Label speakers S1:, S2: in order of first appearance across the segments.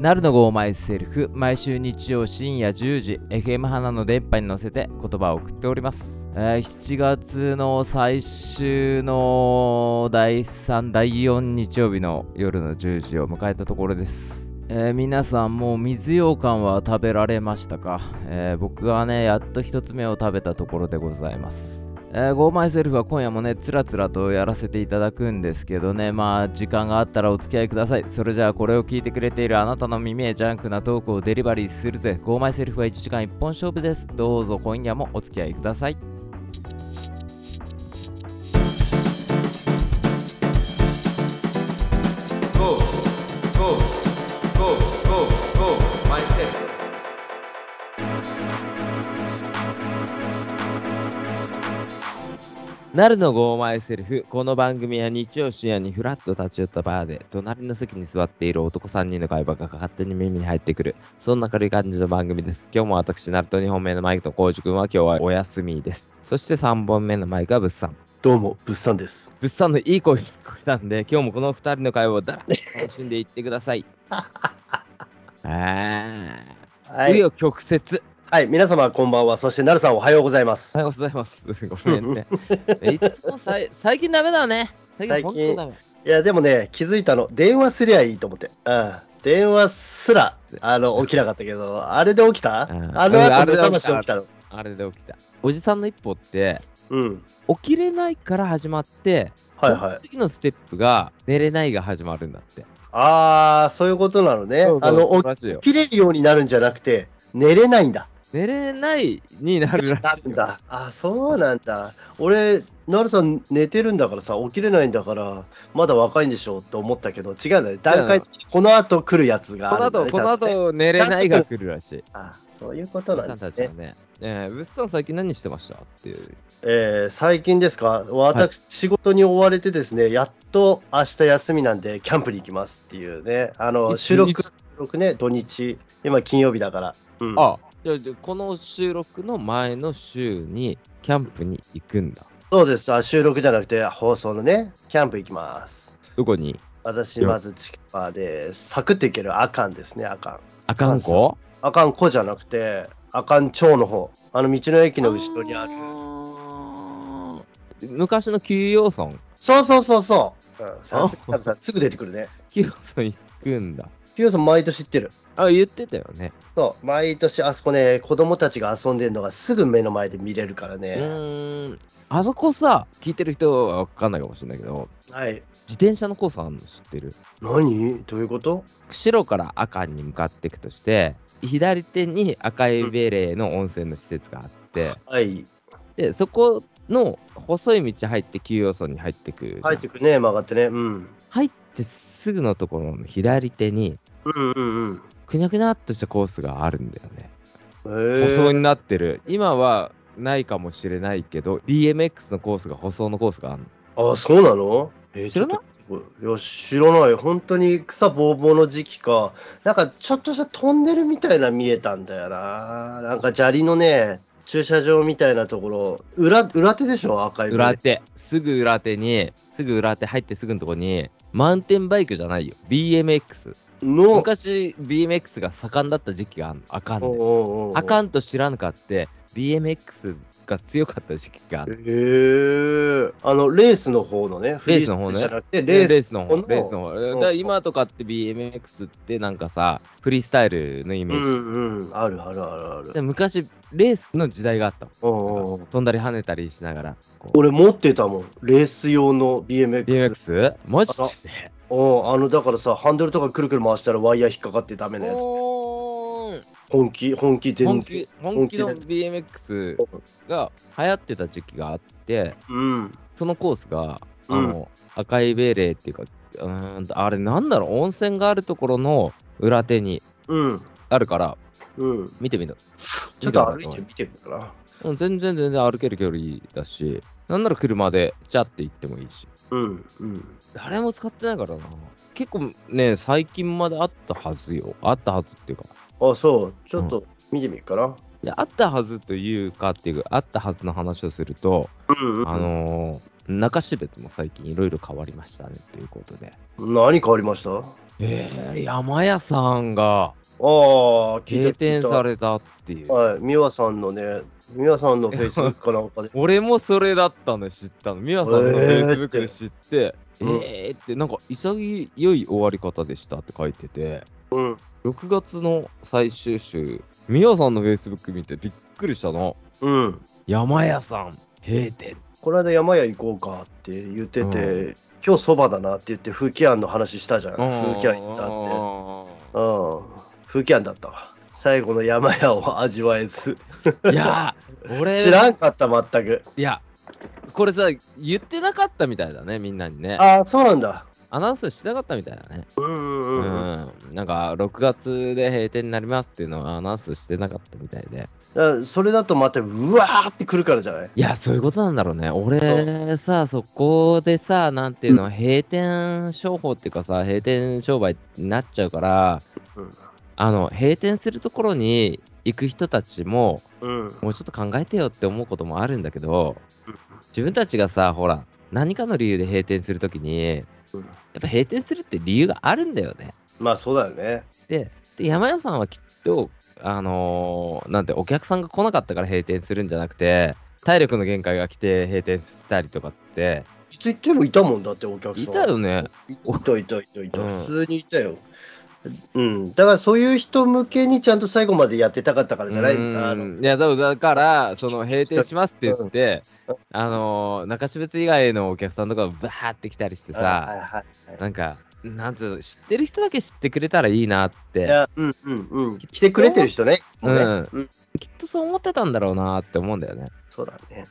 S1: なるのごーマイセルフ毎週日曜深夜10時 FM 花の電波に乗せて言葉を送っております、えー7月の最終の第3第4日曜日の夜の10時を迎えたところですえー皆さんもう水羊羹は食べられましたか、えー僕はねやっと一つ目を食べたところでございますえー、Go Myself は今夜もね、つらつらとやらせていただくんですけどね、まあ、時間があったらお付き合いください。それじゃあ、これを聞いてくれているあなたの耳へジャンクなトークをデリバリーするぜ。Go Myself は1時間1本勝負です。どうぞ今夜もお付き合いください。Go! Go! Go! Go! Go! Myself! なるのゴーマイセルフ。この番組は日曜深夜にフラッと立ち寄ったバーで、隣の席に座っている男3人の会話が勝手に耳に入ってくる。そんな軽い感じの番組です。今日も私、ナルト2本目のマイクとコウジ君は今日はお休みです。そして3本目のマイクはブッサン。
S2: どうも、物産です。
S1: ブッサンのいい声が聞こえたんで、今日もこの2人の会話をだらっと楽しんでいってください。ああ。
S2: は
S1: 紆
S2: い。
S1: 余曲折。
S2: はい、皆様こんばんは。そして、なるさんおはようございます
S1: おは。ようございます。ごめんね。いつもさい最近ダメだね。最近本当ダメ。
S2: いや、でもね、気づいたの、電話すりゃいいと思って。うん。電話すら、あの、起きなかったけど、あれで起きた
S1: うん
S2: あ
S1: うん
S2: の
S1: あ
S2: 後、
S1: れで
S2: 目
S1: 起き
S2: 覚
S1: た
S2: ましで起きたの。
S1: あれで起きた。おじさんの一歩って、
S2: うん。
S1: 起きれないから始まって、
S2: はいは
S1: そ
S2: い
S1: の。次のステップが寝れないが始まるんだって。
S2: あー、そういうことなのね。
S1: そうそう
S2: あの、
S1: らしいよ
S2: 起きれるようになるんじゃなくて、寝れないんだ。
S1: 寝れないになる
S2: な
S1: らし
S2: る
S1: い
S2: ん
S1: よ。
S2: だ。あ、そうなんだ。俺、なるさん寝てるんだからさ、起きれないんだから、まだ若いんでしょうって思ったけど、違うんだね。段階的にこの後来るやつが
S1: この
S2: あるんだ
S1: 後、
S2: ね。
S1: この
S2: ちゃんとね
S1: 後寝れないが来るらしい。
S2: あそういうこと
S1: お
S2: な
S1: じ
S2: ん
S1: さん
S2: で
S1: たちは
S2: すね。
S1: ね。えー、ブッさん最近何してましたっていう。
S2: えー最近ですか、私、仕事に追われてですね、やっと明日休みなんで、キャンプに行きますっていうね、あ
S1: い
S2: の
S1: つ
S2: 収
S1: い
S2: 録
S1: つ
S2: 収録ね、土日、今、金曜日だから、うん
S1: あ、じゃあじゃあこの収録の前の週にキャンプに行くんだ。
S2: そうですあ、収録じゃなくて、放送のね、キャンプ行きます。
S1: どこに
S2: 私、
S1: よ
S2: まず近場で、サクっていけるアカンですね、アカン。
S1: あかんこ
S2: アカン湖じゃなくて、アカン町の方あの道の駅の後ろにある。
S1: あー昔の休養村。
S2: そうそうそうそう、うん、さすがさんすぐ出てくるね。
S1: 休養村行くんだ。
S2: ピューさん、毎年行ってる。
S1: あ、言ってたよね。
S2: そう、毎年あそこね、子供たちが遊んでるのがすぐ目の前で見れるから
S1: う
S2: ね。
S1: ーん、あそこさ、聞いてる人は分かんないかもしれないけど、
S2: はい。
S1: 自転車のコースあるの知ってる
S2: 何どういうこと
S1: 白から赤に向かっていくとして、左手に赤いベレーの温泉の施設があって、
S2: はい。
S1: で、そこの細い道入って休養村に入ってくる。
S2: 入ってくね、曲がってね。うん。
S1: 入ってすぐのところの左手に、
S2: うんうん
S1: くにゃくにゃっとしたコースがあるんだよね。
S2: うん。へ
S1: 舗
S2: え
S1: 装になってる。今はないかもしれないけど、BMX のコースが舗装のコースがあるの。
S2: あ、そうなのえー
S1: 知らない
S2: ちょっといや、知らない。本当に草ぼうぼうの時期か。なんかちょっとしたトンネルみたいな見えたんだよな。なんか砂利のね、駐車場みたいなところ、裏裏手でしょ、赤い部分
S1: 裏。手、すぐ裏手に、すぐ裏手入ってすぐのとこに、マウンテンバイクじゃないよ、BMX。
S2: の、
S1: 昔、BMX が盛んだった時期があんの、あかん
S2: おう
S1: で。
S2: おうおう
S1: あかんと知らんかって、BMX が強かった時期がある。
S2: へえ、あの、レースの方のね、フリースタイルじゃなくて、レース
S1: の方、レースの方。だから
S2: うん
S1: 今とかって BMX ってなんかさ、フリースタイルのイメ
S2: う
S1: ージ。
S2: んうん、あるあるあるある。
S1: で昔、レースの時代があったもん
S2: うんうん
S1: 飛んだり跳ねたりしながら。こう
S2: 俺持ってたもん、レース用の BMX。
S1: BMX? マジ
S2: あ
S1: で
S2: うんあの、だからさ、ハンドルとかくるくる回したらワイヤー引っかかってダメなやつ。
S1: おーん
S2: 本気、本気
S1: 本
S2: 全然。
S1: 気本気の
S2: 本気
S1: BMX が流行ってた時期があって、
S2: うん。
S1: そのコースが、あ
S2: うん
S1: の赤いベレーっていうか、うーんとあれなんだろう、温泉があるところの裏手に
S2: うん。
S1: あるから、
S2: うん。
S1: 見てみた。
S2: ちょっと歩いてみてみるかな。
S1: うん全然全然歩ける距離だし、なんなら車でジャって行ってもいいし、
S2: うん。うん。
S1: 誰も使ってないからな。結構ね、最近まであったはずよ。あったはずっていうか、
S2: あ、そう。ちょっと見てみるかな。
S1: であったはずというかっていう、あったはずの話をすると、
S2: うん、うん。
S1: あのー中標津も最近いろいろ変わりましたねということで。
S2: 何変わりましたああ、
S1: えー、山屋さんが閉
S2: 聞いた聞
S1: 店
S2: いた
S1: されたっていう。。
S2: はい、美和さんのね、美和さんのフェイスブックかなんかで
S1: 俺もそれだったの知ったの。ミワさんの Facebook で知って、え
S2: え
S1: ー
S2: ー
S1: って、なんか潔い終わり方でしたって書いてて、
S2: うん。
S1: 6月の最終週、ミワさんの Facebook 見てびっくりしたの。
S2: うん。
S1: 山屋さん、閉店。
S2: この間山屋行こうかって言ってて、
S1: う
S2: 今日そばだなって言って風紀庵の話したじゃ
S1: う
S2: ん。
S1: ん
S2: 風紀庵行ったって。
S1: う
S2: うん。風紀庵だったわ。最後の山屋を味わえず。
S1: んいやー、俺、
S2: 知らんかった、全く。
S1: いや、これさ、言ってなかったみたいだね、みんなにね。
S2: ああ、そうなんだ。
S1: アナウンスしてなかったみたいだね。
S2: うんう
S1: うん
S2: うん。
S1: ん。なんか、6月で閉店になりますっていうのはアナウンスしてなかったみたいで。
S2: だからそれだとまた、うわーって来るからじゃない
S1: いや、そういうことなんだろうね。俺さ、そこでさ、なんていうの、閉店商法っていうかさ、閉店商売になっちゃうから、あの、閉店するところに行く人たちも、
S2: うん。うん。
S1: もうちょっと考えてよって思うこともあるんだけど、自分たちがさ、ほら、何かの理由で閉店するときに、やっぱ閉店するって理由があるんだよね。
S2: まあ、そうだよね。
S1: で、で山屋さんはきっと、あのーなんて、お客さんが来なかったから閉店するんじゃなくて、体力の限界が来て閉店したりとかって、
S2: いつ行ってもいたもんだって、お客さん。
S1: いたよね。
S2: いたいたいたいた、
S1: うん
S2: 普通にいたよ。うん、だからそういう人向けにちゃんと最後までやってたかったからじゃないあの
S1: うんいやだだから、その閉店しますって言って、あのー中標津以外のお客さんとかバーって来たりしてさ、
S2: はいはいは
S1: なんか、なんつうの、知ってる人だけ知ってくれたらいいなっ
S2: い、い
S1: て、
S2: や、うんうんうん、来てくれてる人ね、いつもね
S1: うん
S2: うん、
S1: きっとそう思ってたんだろうなって思うんだよね。
S2: そうだね。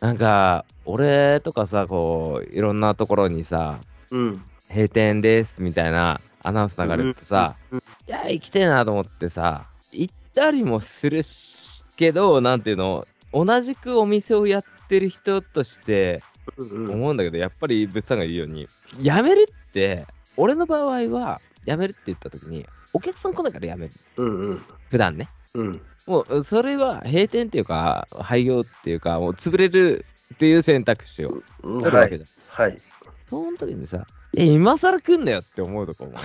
S1: なんか、俺とかさ、こう、いろんなところにさ、
S2: うん、
S1: 閉店ですみたいなアナウンス流れるとさ、
S2: うんうん
S1: いや、行きてえなと思ってさ、行ったりもするしけど、なんていうの、同じくお店をやってる人として
S2: うんうん、
S1: 思うんだけど、やっぱりぶっさんが言うように、やめるって、俺の場合は、やめるって言った時に、お客さん来ないからやめる。
S2: うんうん、
S1: 普段ね。
S2: うん、
S1: もう、それは閉店っていうか、廃業っていうか、もう潰れるっていう選択肢を
S2: うん、
S1: 取るわ
S2: は
S1: け
S2: い、
S1: じゃん。
S2: はい。
S1: その時にさ、え、今更来んなよって思うとこもあ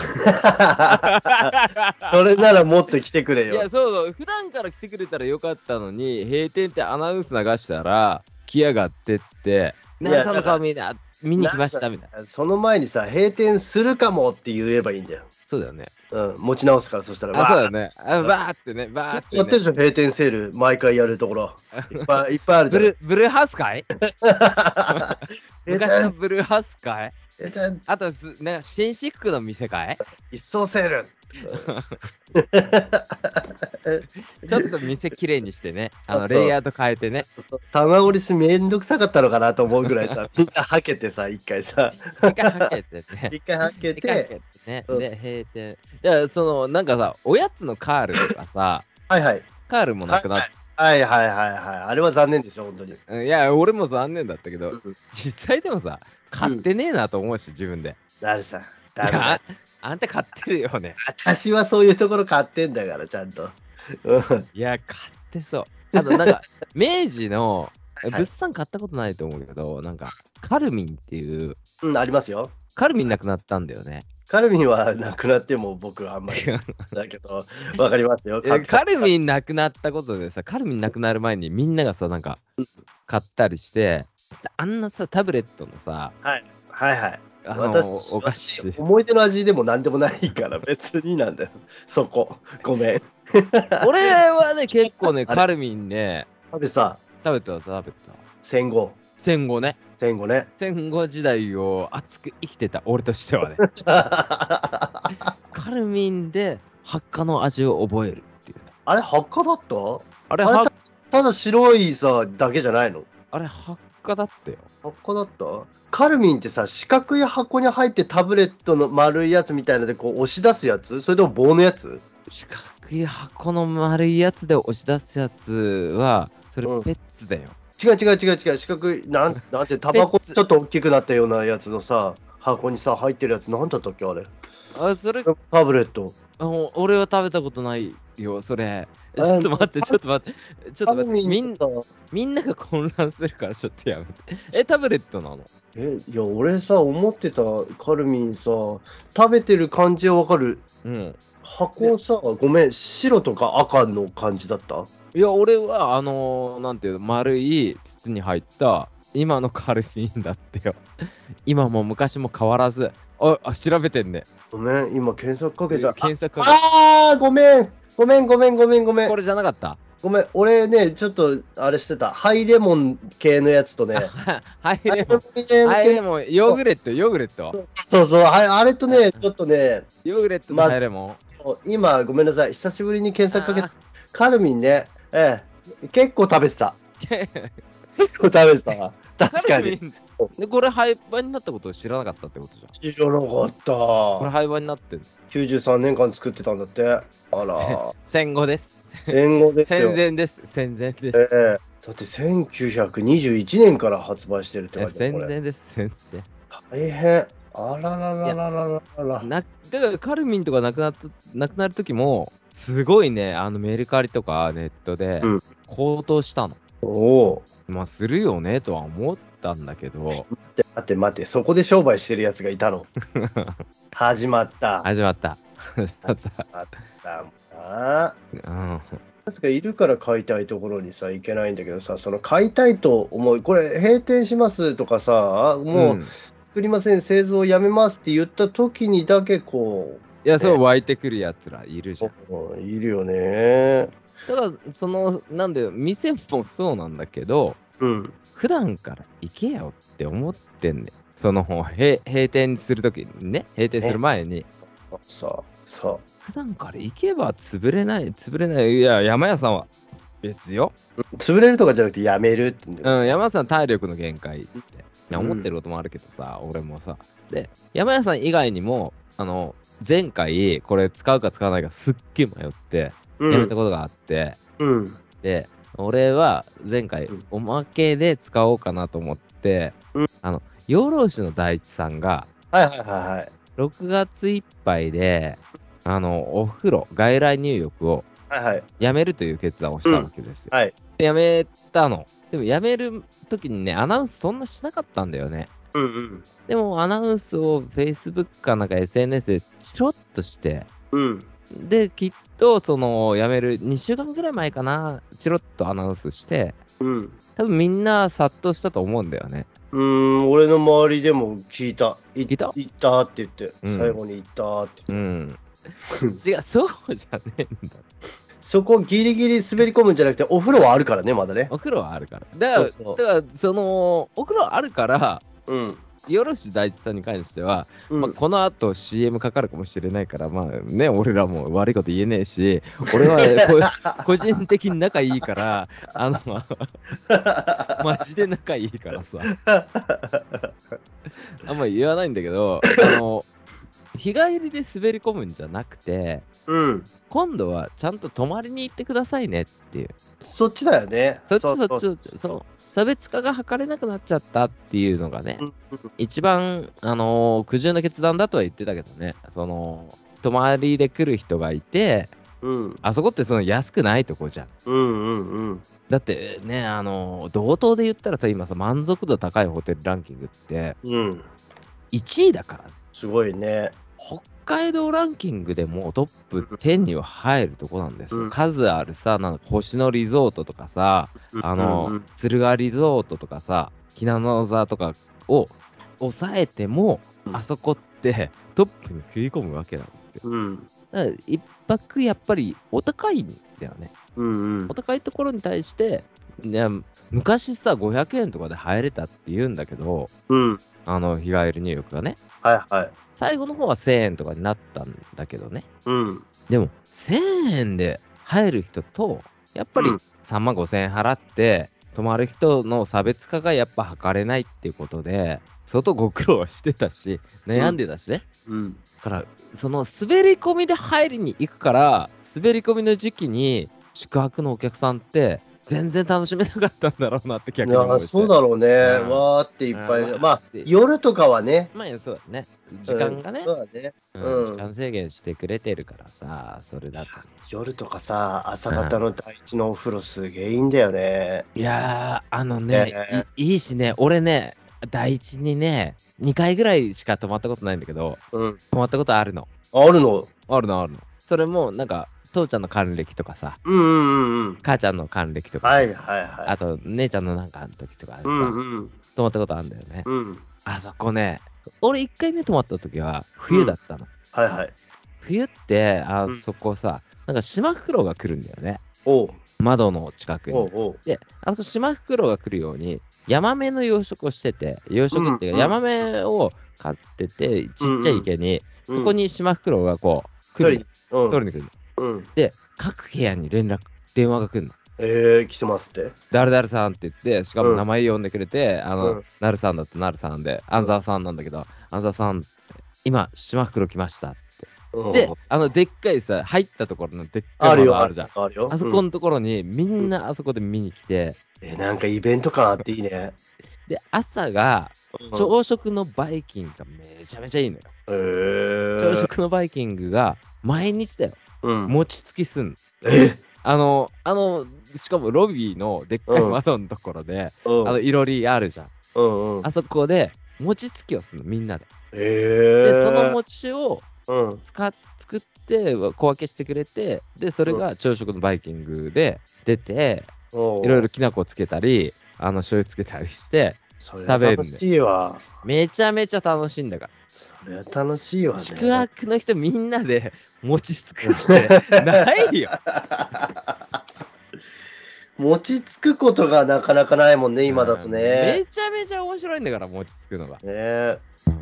S1: る。
S2: それならもっと来てくれ
S1: いや、そ
S2: よ
S1: う。そう、普段から来てくれたらよかったのに、閉店ってアナウンス流したら、来やがってって、
S2: い
S1: な
S2: や
S1: んさんの顔見な、見に来ましたみたいな。
S2: その前にさ、閉店するかもって言えばいいんだよ。
S1: そうだよね。
S2: うん、持ち直すから、そしたら。
S1: あ、そうだ
S2: わ
S1: よね。あ、バーってね、バーっ
S2: ーや
S1: て、
S2: ってる
S1: ね。
S2: でしょ、閉店セール、毎回やるところ。いっぱいいっぱいあるじ
S1: ブ
S2: ゃん。
S1: ルブルーハウスか い
S2: え
S1: 昔のブルーハウスかい
S2: えたい
S1: あとす、なんか、新シックの店かい
S2: 一層セール
S1: ちょっと店きれいにしてね、あ
S2: そ
S1: の
S2: うそう
S1: レイアウト変えてね、
S2: 玉折りすめんどくさかったのかなと思うぐら いさ、みんなはけてさ、一回さ、
S1: 一回はけてね。
S2: 一回はけ
S1: 一回はけて
S2: て、
S1: ね、
S2: そう
S1: で、閉店。だから、その、なんかさ、おやつのカールとか さ、
S2: はいはい、
S1: カールもなくなっ
S2: はいはいはいはい、あれは残念でしょ、本当に。
S1: いや、俺も残念だったけど、
S2: うん
S1: 実際でもさ、買ってねえなと思うし、自分で。
S2: 誰さん、
S1: い
S2: 誰
S1: や
S2: だ
S1: あ。あんた買ってるよね。
S2: 私はそういうところ買ってんだから、ちゃんと。うん
S1: いや、買ってそう。あと、なん か、明治の、
S2: い
S1: 物産買ったことないと思うけど、なんか、カルミンっていう、
S2: うん、ありますよ。
S1: カルミンなくなったんだよね。
S2: カルミンはなくなっても僕はあんまりだけど、わかりますよ。
S1: えカル
S2: ン
S1: ミンなくなったことでさ、カルミンなくなる前にみんながさ、なんか、買ったりして、あんなさ、タブレットのさ、
S2: はいはいはい。
S1: あの、
S2: 私
S1: お菓子。
S2: 思い出の味でも何でもない から、別になんだよ。そこ、ごめん。
S1: 俺はね、結構ね、
S2: あれ
S1: カルミンね、
S2: 食べさ、
S1: 食べてた、食べてた。
S2: 戦後、
S1: 戦後ね。
S2: 戦後ね。
S1: 戦後時代を熱く生きてた俺としてはね。
S2: あ
S1: カルミンで発火の味を覚えるっていう。
S2: れ、発火だった
S1: あれ、
S2: あれ
S1: は
S2: ただ白いさ、だけじゃないの
S1: あれ発火だったよ。
S2: 発火だったカルミンってさ、四角い箱に入ってタブレットの丸いやつみたいのでこう押し出すやつそれとも棒のやつ
S1: 四角い箱の丸いやつで押し出すやつは、それ
S2: うん
S1: ペッツだよ。
S2: 違う違う違う違う、四角い、 なんなんて、タバコちょっと大きくなったようなやつのさ、箱にさ、入ってるやつ、なんだったっけ、あれ。
S1: あそれ
S2: タブレット。
S1: あの俺は食べたことないよ、それ。 ちょっと待って、ちょっと待って、ちょっと待って、みん
S2: な。
S1: みんなが混乱するからちょっとやめて。え、タブレットなの
S2: え、いや、俺さ、思ってたカルミンさ、食べてる感じはわかる。
S1: うん。
S2: 箱さ、ごめん、白とか赤の感じだった
S1: いや、俺は、あのーなんていうの、丸い筒に入った、今のカルフィンだってよ。 今も昔も変わらず。あ、あ調べてんね。
S2: ごめん、今検索かけた。
S1: 検索か
S2: ああー、ごめん。ごめん、ごめん、ごめん、ごめ
S1: けこ
S2: ん。
S1: れじゃなかった。
S2: ごめん、俺ね、ちょっと、あれしてた。ハイレモン系のやつとね。
S1: はい、
S2: ハイレ
S1: で
S2: モン
S1: も、
S2: 系の
S1: はい、でも、ヨーグレット、ヨーグレット。
S2: そうそう、ああれとね、ちょっとね、
S1: ヨーグレットの
S2: まず
S1: ハイレモン。
S2: そう今、ごめんなさい。久しぶりに検索かけ
S1: あ
S2: た。カルミンね、ええ、結構食べてた。結構食べてたわ。 確かに。。
S1: で、これ廃盤になったことを知らなかったってことじゃん。
S2: 知らなかっ
S1: これ
S2: た。
S1: 廃盤になってんの
S2: 93年間作ってたんだって。あ ら、
S1: 戦後です。
S2: 戦後ですよ。
S1: 戦前です。戦前です。
S2: ええだって1921年から発売してるって書いてある
S1: 戦
S2: これ
S1: 前です。戦前。
S2: 大変。あらららららららら。
S1: なだからカルミンとかなくなったなくなる時もすごいねあのメルカリとかネットで
S2: うん
S1: 高騰したの、
S2: おお
S1: まあするよねとは思ったんだけど
S2: ー。待って待って待って、そこで商売してるやつがい たの。始まった。
S1: 始まった 始まった
S2: あったもんな。
S1: うん
S2: 確かいるから買いたいところにさ、行けないんだけどさ、その買いたいと思う、これ閉店しますとかさ、もう
S1: い
S2: 作りません、製造やめますって言った時にだけこ
S1: やそう湧いてくるやつらいるじゃん
S2: う、うんいるよね。
S1: ただからそのなんで店もそうなんだけど
S2: うん。
S1: 普段から行けよって思ってんねんその閉閉店する時にね閉店する前に
S2: さあ、さあ。
S1: 普段から行けば潰れない、潰れない、いや、山屋さんは別よ。
S2: 潰れるとかじゃなくてやめるって言うんだよ
S1: うん、山屋さん体力の限界って、いや
S2: うん
S1: 思ってることもあるけどさ、俺もさ。で、山屋さん以外にも、あの、前回、これ使うか使わないかすっげえ迷って、やめたことがあって、
S2: うん。
S1: で、俺は前回
S2: うん、
S1: おまけで使おうかなと思って、
S2: うん
S1: あの、養老市の大地さんが、
S2: はいはいはいはい。
S1: 6月いっぱいで、あの、お風呂、外来入浴を、
S2: はいはい。
S1: 辞めるという決断をしたわけですよ。
S2: はい。
S1: で辞めたの。でも辞める時にね、アナウンスそんなしなかったんだよね。
S2: うんうん。
S1: でもアナウンスを Facebook かなんか SNS でちょろっとして、
S2: うん。
S1: で、きっとその辞める2週間ぐらい前かな、ちょろっとアナウンスして、
S2: うん。
S1: 多分みんな殺到したと思うんだよね。
S2: うーん、俺の周りでも聞いた。い
S1: 聞いた
S2: 行ったって言って、
S1: うん
S2: 最後に行ったって
S1: う
S2: 言って、
S1: ん。違う、そうじゃねえんだ。
S2: そこギリギリ滑り込むんじゃなくて、お風呂はあるからね、まだね。
S1: お風呂はあるから。だから、
S2: そうそう
S1: だからその、お風呂あるから、
S2: うん。
S1: よろし大地さんに関しては、
S2: うん
S1: まあ、この後 CM かかるかもしれないから、まあね、俺らも悪いこと言えねえし、俺はこ個 人的に仲いいから、あの、マジで仲いいからさ、あんま言わないんだけど、あの、日帰りで滑り込むんじゃなくて、
S2: うん。
S1: 今度はちゃんと泊まりに行ってくださいねっていう、
S2: そっちだよね。
S1: そっちそっち
S2: う
S1: そっち、そう、差別化が図れなくなっちゃったっていうのがね、
S2: うん
S1: 一番、あの苦渋の決断だとは言ってたけどね、その、泊まりで来る人がいて、
S2: うん。
S1: あそこってその安くないとこじゃん。
S2: うんうんうん。
S1: だってね、あの、同等で言ったらさ、今さ、満足度高いホテルランキングって
S2: うん。
S1: 1位だからね。
S2: すごいね。
S1: 北海道ランキングでもうトップ10には入るとこなんですよ。
S2: うん
S1: 数あるさ、なんか星野リゾートとかさ、あの、
S2: うんうん
S1: 鶴ヶリゾートとかさ、ひなの座とかを抑えても、
S2: うん
S1: あそこってトップに食い込むわけなんですよ。
S2: うん。
S1: だから一泊やっぱりお高いんだよね。
S2: うんうん
S1: お。高いところに対して、ね、昔さ、500円とかで入れたって言うんだけど、
S2: うん。
S1: あの日帰り入浴がね、
S2: はいはい。
S1: 最後の方は1000円とかになったんだけどね、
S2: うん。
S1: でも1000円で入る人と、やっぱり
S2: うん
S1: 3万5000円払って、泊まる人の差別化がやっぱ測れないっていうことで、相当ご苦労はしてたし、悩んでたしね。
S2: うん。
S1: だから、その滑り込みで入りに行くから、滑り込みの時期に宿泊のお客さんって、全然楽しめなかったんだろうなって逆
S2: い
S1: に思
S2: や
S1: いました
S2: そうだろうね、
S1: うん
S2: わーっていっぱい、
S1: うん
S2: まあ、夜とかはね、
S1: まあそうだね。時間がね、
S2: そうだね
S1: うん
S2: うん
S1: 時間制限してくれてるからさ、それだと。
S2: 夜とかさ、朝方の第一のお風呂、すげえいいんだよね。
S1: いやー、あのね、
S2: ね
S1: いいいしね、俺ね、第一にね、2回ぐらいしか泊まったことないんだけど、
S2: うん、
S1: 泊まったことあるの。
S2: あるの
S1: あるの、あるの。それも、なんか、父ちゃんの還暦とかさ、
S2: うんうんうんうん。
S1: 母ちゃんの還暦とか、
S2: はいはいは
S1: あ
S2: い。
S1: と、姉ちゃんのなんかの時とかさ、
S2: うんうん
S1: 泊まったことあるんだよね。
S2: うん。
S1: あそこね、俺1回目泊まった時は、冬だったの。
S2: はいはい。
S1: 冬って、あ
S2: うん
S1: そこさ、なんか島袋が来るんだよね。
S2: おう
S1: 窓の近く
S2: お
S1: に
S2: う。おう。
S1: で、あの島袋が来るように、ヤマメの養殖をしてて、養殖っていう
S2: うんう
S1: か、ヤ
S2: ん
S1: マメを買ってて、ちっちゃい池に、
S2: うん
S1: そこ、に島袋がこう、来るの、
S2: うん、
S1: 取りに来るの。
S2: うん。
S1: で、各部屋に連絡、電話が来るの。
S2: えー、来てますって。
S1: 誰々さんって言って、しかも
S2: うん
S1: 名前呼んでくれて、あの、
S2: うん
S1: なるさんだったなるさんで、安沢さんなんだけど、安沢さん、今、島袋来ました。
S2: うん
S1: で、あの、でっかいさ、入ったところのでっか
S2: あ
S1: い窓
S2: るよ、
S1: あ
S2: あ
S1: る
S2: る
S1: じ
S2: じ
S1: ゃん
S2: ゃん。。あるよ。
S1: あそうこ
S2: ん
S1: のところに、みんなあそこで見に来て、
S2: えーなんかイベント感あっていいね。
S1: で、朝が、
S2: うん
S1: 朝食のバイキングがめちゃめちゃいいのよ。
S2: えー、
S1: 朝食のバイキングが毎日だよ。
S2: うん。
S1: 餅つきすんの
S2: え
S1: あの、あの、しかもロビーのでっかい窓のところで、
S2: うん
S1: あの、いろりあるじゃん。
S2: うんうん
S1: あ。そこで、餅つきをするの、みんなで。
S2: えー、
S1: で、その餅を
S2: うん。
S1: 使っ作って、小分けしてくれて、で、それが朝食のバイキングで出て、
S2: おう
S1: いろいろきな粉つけたり、あの、醤油つけたりして、
S2: それ
S1: 食
S2: は
S1: べるんで
S2: 楽しいわ。
S1: めちゃめちゃ楽しいんだから。
S2: それは楽しいわね。
S1: 宿泊の人みんなで餅作るってないよ。
S2: 餅つくことがなかなかないもんね、今だと
S1: め
S2: ね。
S1: ちゃめちゃ面白いんだから、餅つくのが。
S2: ねえ
S1: うん、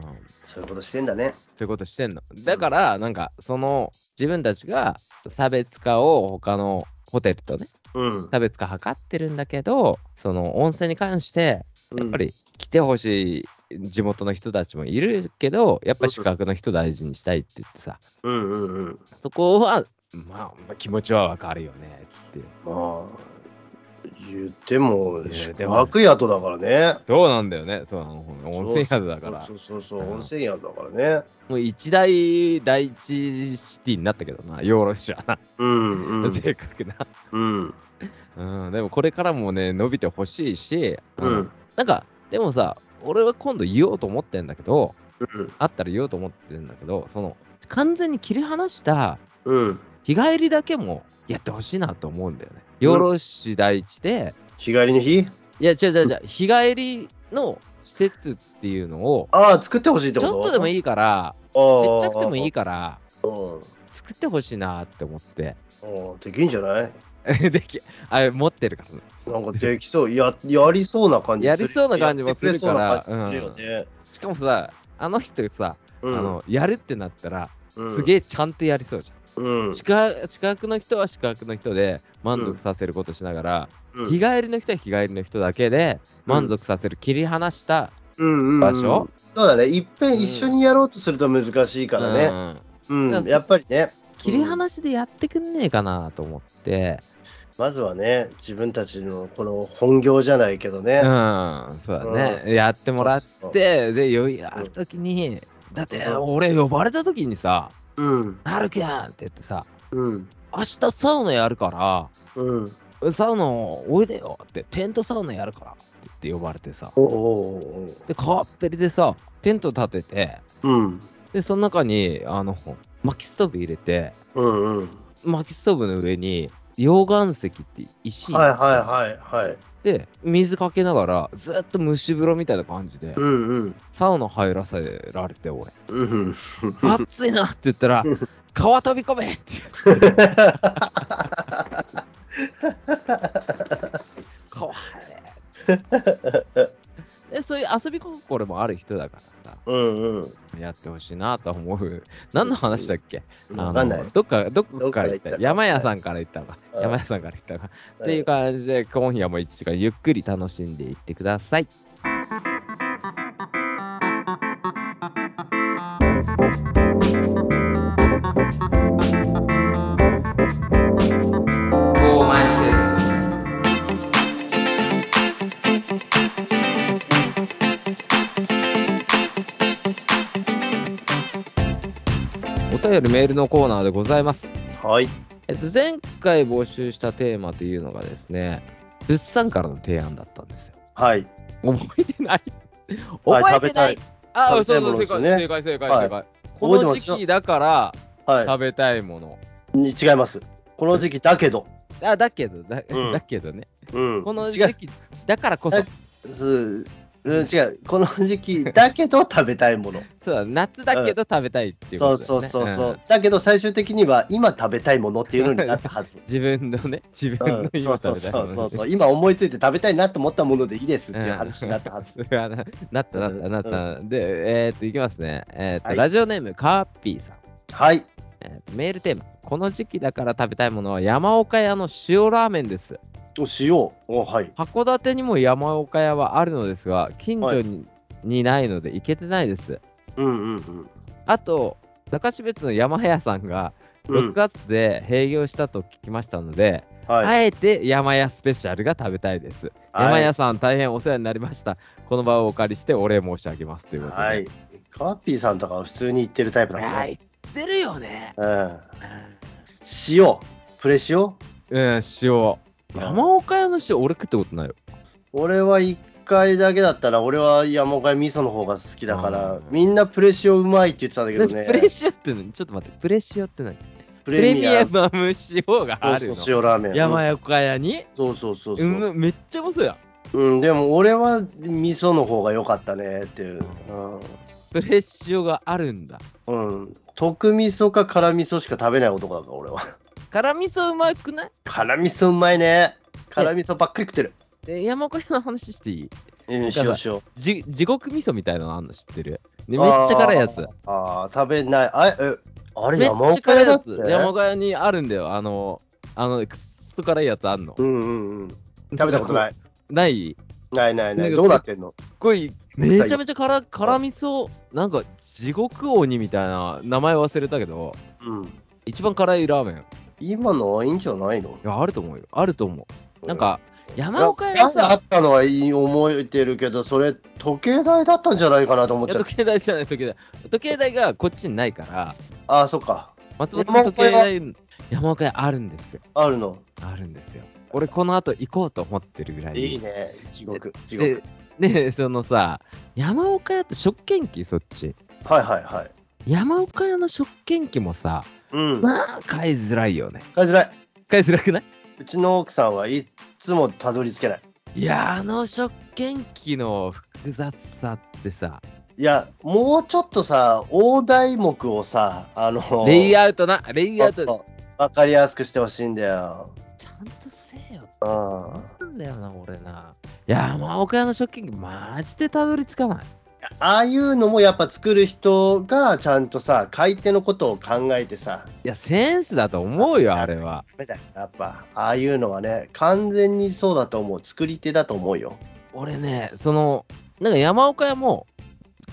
S2: そういうことしてんだね。
S1: そういうことしてんの。だから、なんか、その、自分たちが差別化を他のホテルとね、
S2: うん。
S1: 差別化図ってるんだけど、その温泉に関して、やっぱり来てほしい地元の人たちもいるけど、やっぱり宿泊の人大事にしたいって言ってさ、
S2: うんうんうん。
S1: そこは、まあ、気持ちはわかるよねって。
S2: まあ、言っても、
S1: ね
S2: 宿泊宿だからね。
S1: そうなんだよね、そうなの温泉宿だから
S2: そ。うそうそうそうう、
S1: ん
S2: 温泉宿だからね。
S1: もう一大第一シティになったけどな、ヨーロシアな、
S2: うんうん。
S1: でかくな、
S2: うん。
S1: うん。でもこれからもね、伸びてほしいし、あ
S2: う
S1: の
S2: ん。
S1: なんか、でもさ、俺は今度言おうと思ってんだけど、
S2: うん。
S1: あったら言おうと思ってんだけど、その、完全に切り離した
S2: うん。
S1: 日帰りだけもやってほしいなと思うんだよね。ヨーロシ第一で、
S2: 日帰りの日
S1: いや、違う違う違う、日帰りの施設っていうのを、
S2: ああ、作ってほしいって
S1: ち
S2: こと
S1: ょっとでも
S2: い。
S1: いいから、ちっ
S2: ち
S1: ちゃくてもいいから、
S2: うん。
S1: 作ってほしいなって思って。
S2: うんできんじゃない
S1: でき、あれ持ってるからね。
S2: なんかできそう、ややりそうな感じする
S1: やりそうな感じもするから
S2: やってくれそうな感じするよね。
S1: しかもさ、あの人さ、
S2: うん
S1: あの、やるってなったら、
S2: うん
S1: すげえちゃんとやりそうじゃん。
S2: うん
S1: 宿泊宿泊の人は宿泊の人で満足させることしながら、
S2: うん
S1: 日帰りの人は日帰りの人だけで満足させる、切り離した
S2: うんうんうん
S1: 場所、
S2: そうだね、いっぺ
S1: うん
S2: ん一緒にやろうとすると難しいからね。
S1: うん
S2: うん、
S1: だから
S2: やっぱりね。
S1: 切り離しでやってくんねえかなと思って、
S2: まずはね、自分たちのこの本業じゃないけど
S1: う
S2: ね。
S1: ん、そうだね、やってもらっ
S2: そうそう
S1: て、で、余裕あるときに、だって俺呼ばれたときにさ、
S2: うん、
S1: なるけんって言ってさ、
S2: うん、
S1: 明日サウナやるか
S2: うん。
S1: ら、サウナおいでよって、テントサウナやるからって言って呼ばれてさ、
S2: おおーおー
S1: で、川っぺりでさ、テント立てて、
S2: うん、
S1: で、その中に、あの、薪ストーブ入れて、
S2: うん、うん。
S1: 薪ストーブの上に、溶岩石って石、
S2: はいはいはいはい。
S1: で、水かけながら、ずっと蒸し風呂みたいな感じで
S2: う、ん、うん。
S1: サウナ入らせられて、俺、
S2: うん、
S1: 暑いなって言ったら、川飛び込めって言って。川入れ。で、そういう遊び心もある人だから
S2: うん、うん。
S1: さ、やってほしいなと思う。何の話だっけ
S2: わかんない
S1: あの。どっか、どっから行
S2: どっから行
S1: っ
S2: ったたか
S1: 山屋さんから行ったのか。
S2: うん
S1: 山屋さんから行ったのか。っていう感じで、今夜も1時間ゆっくり楽しんでいってください。お便りメールのコーナーでございます。
S2: はい。
S1: えっと、前回募集したテーマというのがですね、物産からの提案だったんですよ。
S2: はい。
S1: 覚えて ない
S2: はい
S1: 覚えてない、
S2: 食べ
S1: あ
S2: 食
S1: そ
S2: べたい
S1: うそう、正
S2: もの
S1: 解、
S2: ですよね
S1: 正解、正解、
S2: はい
S1: 正解。この時期だから
S2: は
S1: 食べたいもの。
S2: い。に違います。この時期だけど。
S1: あだけどだ、
S2: う ん
S1: だけどね、
S2: うん。
S1: この
S2: 違
S1: 時
S2: う。
S1: 期だからこそ
S2: え、すうん、違う。この時期だけど食べたい もの。
S1: そうだ夏だけど食べたいっていう
S2: そ
S1: こ
S2: う
S1: とだ
S2: そ
S1: よ
S2: う
S1: ね。
S2: そうそう、
S1: ん。
S2: だけど最終的には今食べたいものっていうのになったはず
S1: 自分のね、自
S2: う
S1: 分の
S2: ん、そう
S1: 今
S2: そう
S1: 食べたい
S2: そうそう
S1: も
S2: そう。今思いついて食べたいなと思ったものでいいですっていう話になったはず。
S1: のななった、なった、なった。で、えーっと、いきますね。えーっと、
S2: はい
S1: ラジオネーム、カーピーさん。
S2: はい。
S1: えーっとメールテーマ、この時期だから食べたいものは山岡屋の塩ラーメンです。
S2: お塩。おはい。
S1: 函館にも山岡屋はあるのですが、近所に,、にないので行けてないです。
S2: うんうんうん。
S1: あと、中標津の山屋さんが
S2: う
S1: 6
S2: ん
S1: 月で閉業したと聞きましたので、
S2: はい。
S1: あえて山屋スペシャルが食べたいです。山屋さん、大変お世話になりました。この場をお借りしてお礼申し上げますということで。
S2: はい。カーピーさんとかは普通に言ってるタイプだ
S1: は
S2: ね。
S1: い。言ってるよね。
S2: うん。塩。プレ塩
S1: うん、塩。山岡屋の塩、俺食ったことないよ。
S2: 俺は一回だけだったら、俺は山岡屋味噌の方が好きだか
S1: あ
S2: ら
S1: ー、
S2: みんなプレ塩うまいって言ってたんだけど ね。
S1: プレシオって何ちょっと待って、プレシオって何
S2: プ
S1: プレ
S2: レ
S1: ミ
S2: ミ
S1: ア
S2: ア
S1: ム
S2: ム。
S1: 塩がある
S2: そ
S1: の
S2: う。そう、塩ラーメン。
S1: 山岡屋に、
S2: そうそうそう
S1: う
S2: そう、うん。
S1: ん、めっちゃうまそうやん。
S2: でも俺は味噌の方が良かったねっていう。
S1: プレ塩があるんだ。
S2: うん。うん。特味噌か辛味噌しか食べない男だから、俺は。
S1: 辛味噌うまくない
S2: 辛味噌うまいね。辛味噌ばっかり食ってる。
S1: で山岡屋の話していい
S2: うん、塩
S1: だから
S2: 塩。
S1: じ地獄味噌みたいなのあんの知ってるでめっちゃ辛いやつ。
S2: ああ、食べない。あれ、えあれ
S1: めっ
S2: 山
S1: ちゃ
S2: 岡
S1: 辛
S2: 屋
S1: い
S2: だ
S1: や
S2: っ
S1: つ
S2: て。。
S1: 山岡屋にあるんだよ。あの、あの、くっそ辛いやつあんの。
S2: う。んうんうん。食べたことないい。
S1: ない
S2: ないないな
S1: なん
S2: い。
S1: か
S2: どうなってんの
S1: すっごい、めちゃめちゃ辛辛味噌、なんか地獄鬼みたいな名前忘れたけど、
S2: うん。
S1: 一番辛いラーメン。い
S2: 今のはいいんじゃないの
S1: や、あると思うよ。あると思う。なん、か、
S2: 山
S1: 山岡
S2: 岡
S1: 屋
S2: 屋
S1: のさ
S2: あったのはいい思えてるけど、それ、時計台だったんじゃないかなと思っ
S1: いや
S2: ちゃっ
S1: 時計台じゃない時計台時計台がこっちにないから
S2: た。ああ、そっか。
S1: 松本の時計台山岡屋あるんですよ
S2: あるの。
S1: あるんですよ俺この後行こうと思ってるぐらい
S2: いいね。地獄、地獄
S1: で。でそのさ山岡屋って食券機そっち
S2: はいはいはい。
S1: 山岡屋の食券機もさ
S2: うん。
S1: まあ買いづらいよね
S2: 感じない。
S1: 買いづらくないう
S2: ちの奥さんはいつもたどり着けない。
S1: いやあの食券機の複雑さってさ
S2: いや、もうちょっとさ、大題目をさ、あの、
S1: レイアウトなレイアウ
S2: ちょ
S1: ト
S2: っとわかりやすくしてほしいんだよ。
S1: ちゃんとせえよ
S2: うん。
S1: なんだよな俺な山岡屋の食券機マジでたどり着かない
S2: ああいうのもやっぱ作る人がちゃんとさ、買い手のことを考えてさ、
S1: いや、センスだと思うよ、あれは。
S2: ダメだよやっぱ、ああいうのはね、完全にそうだと思う。作り手だと思うよ。
S1: 俺ね、その、なんか山岡屋も、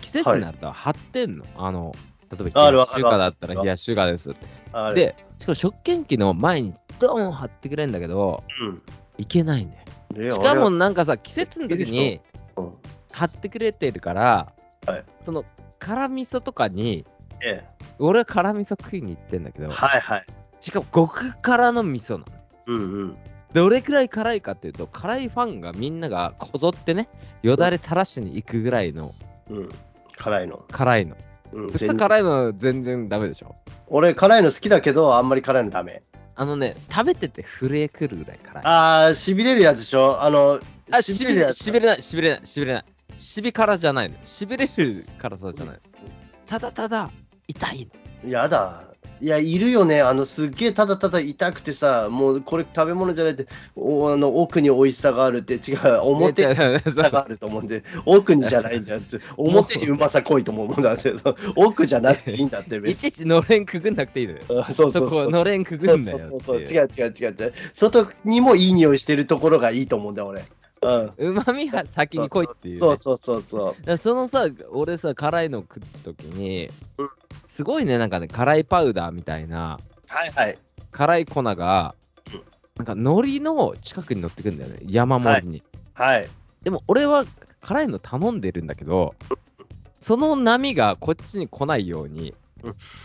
S1: 季節になると貼ってんの。あの、例えば冷
S2: ある
S1: や
S2: わ
S1: し
S2: か
S1: 中
S2: る
S1: 華だったら
S2: わ
S1: 冷やし中華です。
S2: あれ、
S1: で、しかも食券機の前にドーン貼ってくれんだけど、
S2: うん
S1: いけないんだよ。
S2: で
S1: しかも
S2: 俺
S1: なんかさ、季節の時に
S2: うん
S1: 貼ってくれてるから、
S2: はい
S1: その、辛味噌とかに、
S2: え
S1: 俺は辛味噌食いに行ってんだけ
S2: え
S1: ど、
S2: はいはい。
S1: しかも極辛の味噌なの。
S2: うんうん。
S1: どれくらい辛いかっていうと、辛いファンがみんながこぞってね、よだれ垂らしに行くぐらいの
S2: うん。辛いの。
S1: 辛いの。
S2: うん、
S1: そした
S2: 全
S1: ら
S2: 然
S1: 辛いの全然ダメでしょ。
S2: 俺、辛いの好きだけど、あんまり辛いのダメ。
S1: あのね、食べてて震えくるぐらい辛い。あ、
S2: ああ、しびれるやつでしょあの、
S1: しびれない、しびれない、しびれない、しびれない。しび辛じゃないの。しびれる辛さじゃないの。ただただ痛いの。
S2: やだ。いや、いるよね。あの、すっげえただただ痛くてさ、もうこれ食べ物じゃないって、おあの奥に美味しさがあるって、違う、表に
S1: いや違う違う
S2: 美味しさがあると思うんで、奥にじゃないんだよ って、表にうまさ濃いと思うもんだって、 そう奥じゃなくていいんだって、
S1: い
S2: 別に。
S1: ちいちのれんくぐんなくていいのよ。
S2: うんそうそ
S1: そう
S2: そ
S1: こ、
S2: う。
S1: のれんくぐ
S2: そうん
S1: な
S2: そう
S1: よ
S2: そ
S1: っ
S2: う
S1: て
S2: そ
S1: いう。
S2: う違う違う違う違う。外にもいい匂いしてるところがいいと思うんだよ、俺。うん。
S1: うまみは先に来いっていうね、
S2: そうそうそうそ
S1: だ
S2: う。
S1: からそのさ、俺さ、辛いの食った時に
S2: うん、
S1: すごいね、なんかね、辛いパウダーみたいな、
S2: はいはい。
S1: 辛い粉が
S2: うん、
S1: なんか海苔の近くに乗ってくんだよね、山盛りに。
S2: はい。
S1: でも俺は辛いの頼んでるんだけど、その波がこっちに来ないように、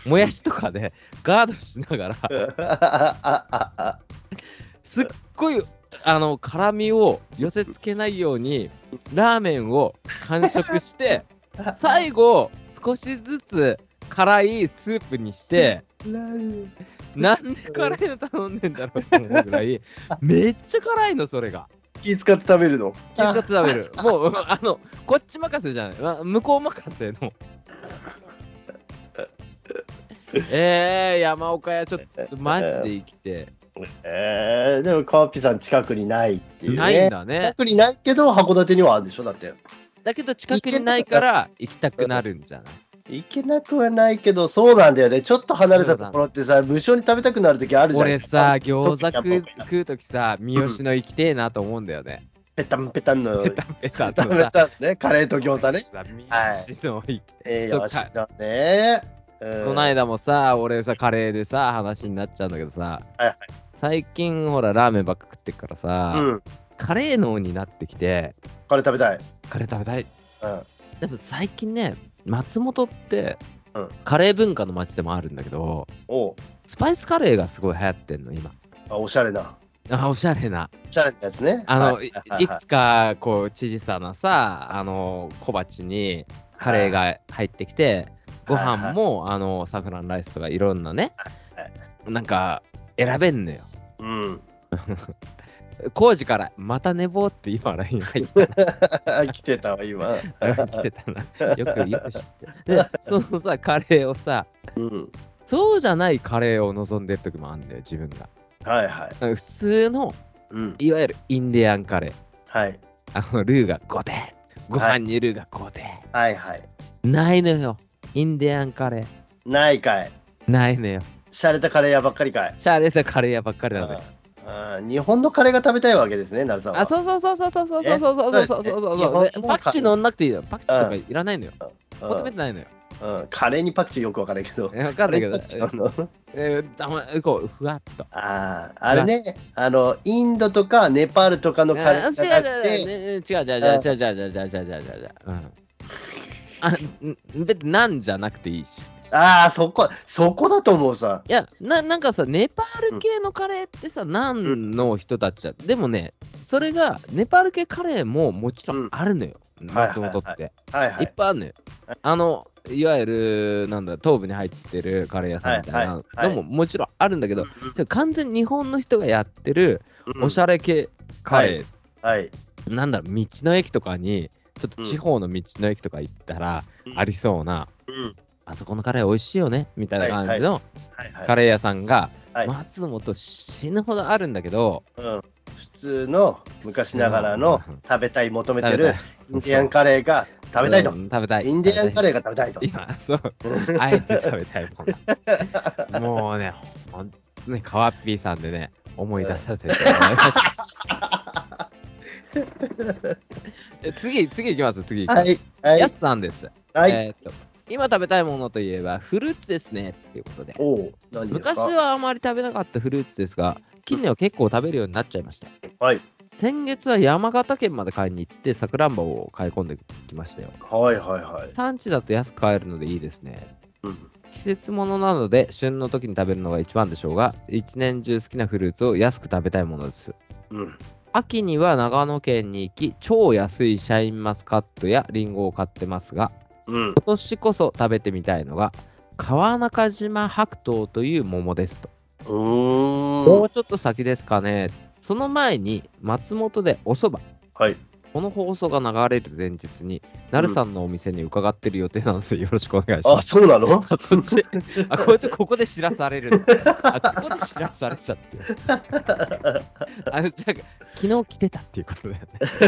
S1: もやしとかでガードしながら、すっごい、あの、辛みを寄せつけないように、ラーメンを完食 して、最後、少しずつ辛いスープにして、なんで辛いの頼んでんだろうと思うぐらい、めっちゃ辛いの、それが。
S2: 気使って食べるの。
S1: 気遣って食べる。もう、あの、こっち任せじゃないわ。向こう任せ の。えー、山岡屋ちょっとマジで生きて、
S2: えー、でも川ピさん近くにないっていう、ね。
S1: ないんだね
S2: 近。くにないけど、函館にはあるでしょだって。
S1: だけど近くにないから行きたくなるんじゃない
S2: 行けなくはないけど、そうなんだよね。ちょっと離れたところってさ、無償に食べたくなるときあるじゃん。
S1: 俺さ、餃子
S2: 時々やっ
S1: 食
S2: ぱ
S1: う食うときさ、三好の行きてえなと思うんだよね。
S2: ペタンペタンの、ペ
S1: 食べた
S2: タ
S1: 後
S2: ンペ
S1: さ、
S2: タンね。カレーと餃子ね。
S1: さ三好の行き
S2: えー、
S1: そう
S2: よしだね。うん
S1: この間もさ、俺さ、カレーでさ、話になっちゃうんだけどさ、
S2: はいはい
S1: 最近ほら、ラーメンばっか食ってっからさ、
S2: うん。
S1: カレー脳になってきて、
S2: カレー食べたい。
S1: カレー食べたい。
S2: うん。
S1: でも最近ね、松本って、
S2: うん
S1: カレー文化の街でもあるんだけど、
S2: おう
S1: スパイスカレーがすごい流行ってんの、今。
S2: あ、おしゃれな。
S1: あ、おしゃれな。
S2: おしゃれなやつね。
S1: あの、
S2: はいいはい
S1: い
S2: はい
S1: つか、こう、知事さんのさ、あの、小鉢にカレーが入ってきて、ご飯も、あの、サフランライスとかいろんなね
S2: はいは、
S1: なんか、選べんのよ。
S2: うん。
S1: 工事から、また寝坊って今 LINE 入って
S2: 来てたわ、今。
S1: た来てたな。よく、よく知って。で、そのさ、カレーをさ、
S2: うん。
S1: そうじゃないカレーを望んでる時もあるんだよ、自分が。
S2: はいはい。
S1: 普通の、
S2: うん。
S1: いわゆるインディアンカレー。
S2: はい。
S1: あの、ルーが5点。ご飯にルーが5点。
S2: はいはい。
S1: ないのよ。インディアンカレー。
S2: ないかい。
S1: ないのよ。
S2: しゃれたカレー屋ばっかりかい。
S1: シャーレさカレー屋ばっかりなのよ。
S2: あー日本のカレーが食べたいわけですね、なるさんは。
S1: あ、そうそうそうそうそうそうそうそうそうそうそう
S2: えそう
S1: そう
S2: ですね
S1: パクチー乗んなくていいよ。パクチーとかいらないのよ。
S2: うん
S1: 求めてないのよ。
S2: うんカレーにパクチーよくわからないけど。
S1: えわかんないけど
S2: カレーにパクチーあの
S1: えー、たま、こう、ふわっと。
S2: あーあれね、あの、インドとかネパールとかの
S1: あ
S2: カレーじゃなく
S1: 違う違う
S2: て、
S1: ね違う違う違う違う違う違う違う違う違う違う違う。うん。あ、ん別になんじゃなくていいし。
S2: ああ、そこ、そこだと思うさ。
S1: いやな、なんかさ、ネパール系のカレーってさ、ナンの人たちだ、でもね、それが、ネパール系カレーももちろんあるのよ、松本って、
S2: はいはいはい
S1: っ。ぱいあるのよ。あの、いわゆる、なんだ、東部に入ってるカレー屋さんみたいなの
S2: はいはいはい
S1: ももちろんあるんだけど、完全に日本の人がやってる、おし
S2: ゃ
S1: ゃれ系カレー、
S2: はい。
S1: なんだろう、道の駅とかに、ちょっと地方の道の駅とか行ったら、
S2: うん
S1: ありそうな、
S2: うん
S1: あそこのカレー美味しいよね、みたいな感じの
S2: はい
S1: カ
S2: はい。
S1: レー屋さんが、
S2: はい
S1: 松本死ぬほどあるんだけど、
S2: うん普通の昔ながらの食べたい、求めてるインディアンカレーが食べたいと
S1: う。ん食べたい。
S2: インディアンカ
S1: レ
S2: レーが食べたいと。
S1: 今、そう、あえて食べたいもんだ。もうね、ほんとね、カワッピーさんでね、思い出させてもらいました。 え次、次行きます、次行き
S2: は
S1: ます。
S2: い。は
S1: や
S2: い
S1: す。さんです。
S2: はい。
S1: えーっと今食べたいものといえば、フルーツですね、っていうことで。
S2: おお、何ですか
S1: 昔はあまり食べなかったフルーツですが、近年は結構食べるようになっちゃいました。
S2: はい。
S1: 先月は山形県まで買いに行って、さくらんぼを買い込んできましたよ。
S2: はいはいはい。
S1: 産地だと安く買えるのでいいですね。
S2: うん
S1: 季節物なので、旬の時に食べるのが一番でしょうが、一年中好きなフルーツを安く食べたいものです。
S2: うん。
S1: 秋には長野県に行き、超安いシャインマスカットやリンゴを買ってますが、
S2: うん。
S1: 今年こそ食べてみたいのが、川中島白桃という桃ですと。
S2: うーん
S1: もう。ちょっと先ですかね。その前に、松本でお蕎麦。
S2: はい。
S1: この放送が流れる前日に、なるさんのお店に伺ってる予定なので、よろしくお願いしま
S2: あ、
S1: す。
S2: そうなの
S1: あ、 そっち。あ、こうやってここで知らされるんだ。あ、ここで知らされちゃ って。あ、じゃあ、昨日来てたっていうことだよ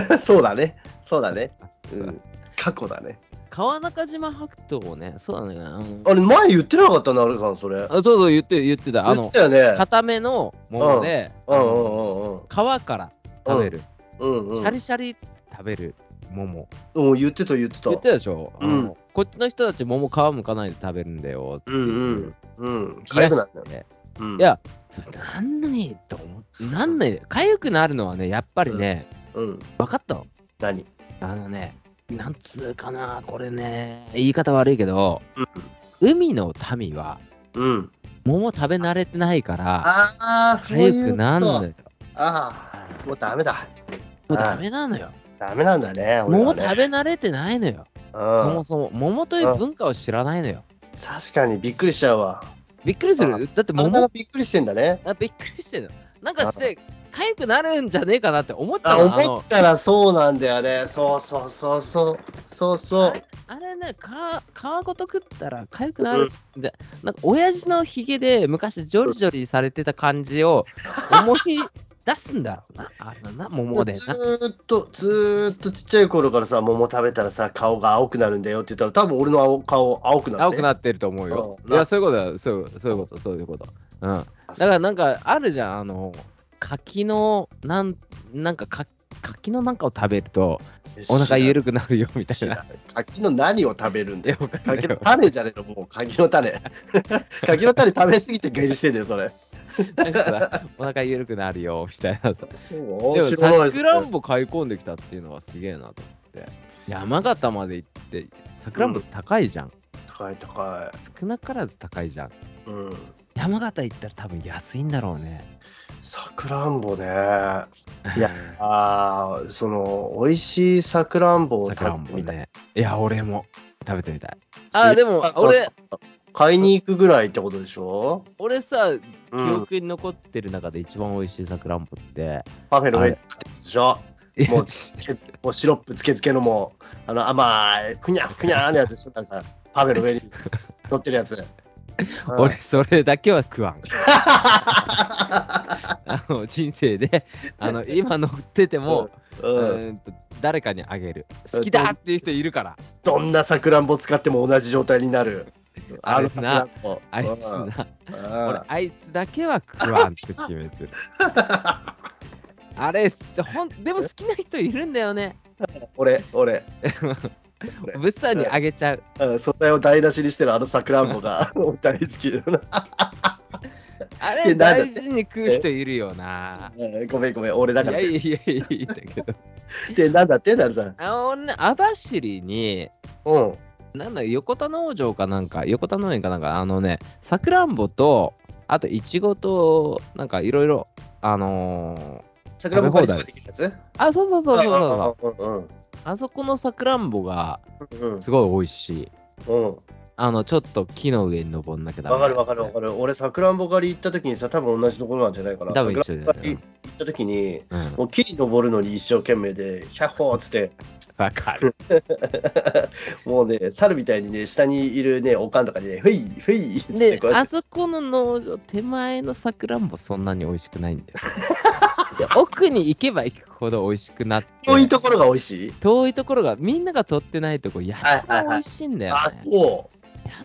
S1: ね。
S2: そうだね。そうだね。うん過去だね。
S1: 川中島白桃をね、そうだね。あの
S2: あれ、前言ってなかったな、あれさん、それ。
S1: あそうそう、言って、言ってた。あ
S2: 言っ
S1: の
S2: て、たよね。
S1: 固めのもので、
S2: う
S1: あ
S2: ん
S1: の皮から食べる、
S2: うんうんうん。うん
S1: シャリシャリ食べる桃。
S2: うん。うん、言ってた、言ってた
S1: 言っ。てたでしょ、
S2: うん
S1: あのこっちの人たち桃皮むかないで食べるんだよってい
S2: うんうん。うん。辛くなったよ。
S1: ね。
S2: うん
S1: いや、なんないと思う。なんない。痒くなるのはね、やっぱりね、
S2: うん。
S1: 分かったの。
S2: 何
S1: あのね、なんつうかな、これね、言い方悪いけど、
S2: うん。
S1: 海の民は、
S2: うん。
S1: 桃食べ慣れてないから、
S2: ああ、そう
S1: 早
S2: いう
S1: く
S2: こと。
S1: なんだよ。
S2: ああ、もうダメだ。
S1: もうダメなのよ。
S2: ダメなんだね、俺
S1: 桃
S2: は
S1: 食
S2: ね。
S1: べ慣れてないのよ。そ
S2: うん
S1: も。そも、桃という文化を知らないのよ。
S2: 確かにびっくりしちゃうわ。
S1: びっくりす
S2: あ
S1: る。だって
S2: 体が
S1: 桃、
S2: びっくりしてんだね。
S1: あびっくりしてるの。なんかして、かゆくなるんじゃねえかなって思っちゃ
S2: あ、
S1: うの。あ
S2: 思
S1: の
S2: ったらそうなんだよね。そうそうそうそう。そうそう。
S1: あれね、か皮ごと食ったらかゆくなるで、なんか親父のひげで昔ジョリジョリされてた感じを思い出すんだろうな。あのな、桃でな。
S2: ずーっと、ずーっとちっちゃい頃からさ、桃食べたらさ、顔が青くなるんだよって言ったら、多分俺の青顔青くなる、
S1: 青くなってると思うよ。
S2: うん
S1: いや、そういうことだよ。そうそういうこと、そういうこと。うん。だから、なんか、あるじゃん。あの、柿の、なん、なんかか、柿のなんかを食べると、お腹緩くなるよ、みたいな。
S2: 柿の何を食べるん
S1: い
S2: だ
S1: や
S2: よ。
S1: わかんない
S2: 柿の
S1: よ
S2: 種じゃねえの、もう柿 の種。柿の種食べ過ぎて下痢してんだよ、それ。
S1: なんかさお腹緩くなるよ、みたいな。
S2: そう
S1: でも
S2: 知らない
S1: さ
S2: です
S1: くらんぼ買い込んできたっていうのはすげえなと思って山形まで行ってさくらんぼ高いじゃん、
S2: 高い高
S1: 少なからず高いじゃん
S2: い。うん。
S1: 山形行ったら多分安いんだろうね
S2: さくらんぼね。いやあーその、美味しいさくらんぼを
S1: さくらん
S2: 食べて
S1: ぼ
S2: みたい。
S1: ねいや俺も食べてみたいあーでも
S2: スイカ
S1: 俺、
S2: 買いに行くぐらいってことでしょ
S1: 俺さ記
S2: うん。
S1: 憶に残ってる中で一番美味しいさくらんぼって、
S2: パフェの上に立ってるでしょ
S1: いや
S2: もうもうシロップつけつけのもう、あの甘い、くにゃくにゃーのやつでしょなん かパフェの上に乗ってるやつ。うん
S1: 俺それだけは食わ んあの人生であの今乗ってても、う
S2: うん
S1: ーんと誰かにあげる好きだっていう人いるから
S2: どんなさくらんぼ使っても同じ状態になる。
S1: あれっすな
S2: あのさくらんぼ
S1: あいつな
S2: うん
S1: 俺あいつだけは食わんって決めてるあれほんでも好きな人いるんだよね
S2: 俺、俺、
S1: 物産にあげちゃう
S2: うん素材を台無しにしてるあのさくらんぼ が大好きだな。
S1: あ
S2: い
S1: れ
S2: やなんだ
S1: 大事に食う人いるよな
S2: うんごめんごめん、俺だ
S1: い
S2: から
S1: や。いやいやいやいいんだけ ど
S2: で、なんだってなるさん。
S1: あのね網走に
S2: うん。
S1: なんだ横田農場かなんか横田農園かなんかあのねさくらんぼとあといちごとなんかいろいろあの
S2: さくらんぼ狩りとかできるやつ
S1: ーあそうそうそうそうそうそう
S2: そうそう。
S1: あそこのさくらんぼが
S2: うんうん
S1: すごい美味しい
S2: うん。うん。
S1: あの、ちょっと木の上に登んなきゃダメ。
S2: わかるわかるわかる。俺、さくらんぼ狩り行った時にさ、多分同じところなんじゃないかな。
S1: 多分一緒だよね
S2: さくらんぼ狩り行った時に、
S1: うん。
S2: もう木に登るのに一生懸命で、百歩っつって、
S1: わかる。
S2: もうね、猿みたいにね、下にいるね、おかんとかにね、ふい、ふいっつって
S1: で
S2: こう、や
S1: あ
S2: って
S1: そこの農場、手前のさくらんぼそんなに美味しくないんだよ。 で、奥に行けば行くほど美味しくなって。
S2: そういうところが美味しい。
S1: 遠いところが、みんなが取ってないとこ、やた
S2: はいは
S1: ら
S2: いは
S1: 美
S2: い
S1: 味しいんだよ、ね
S2: あ、そ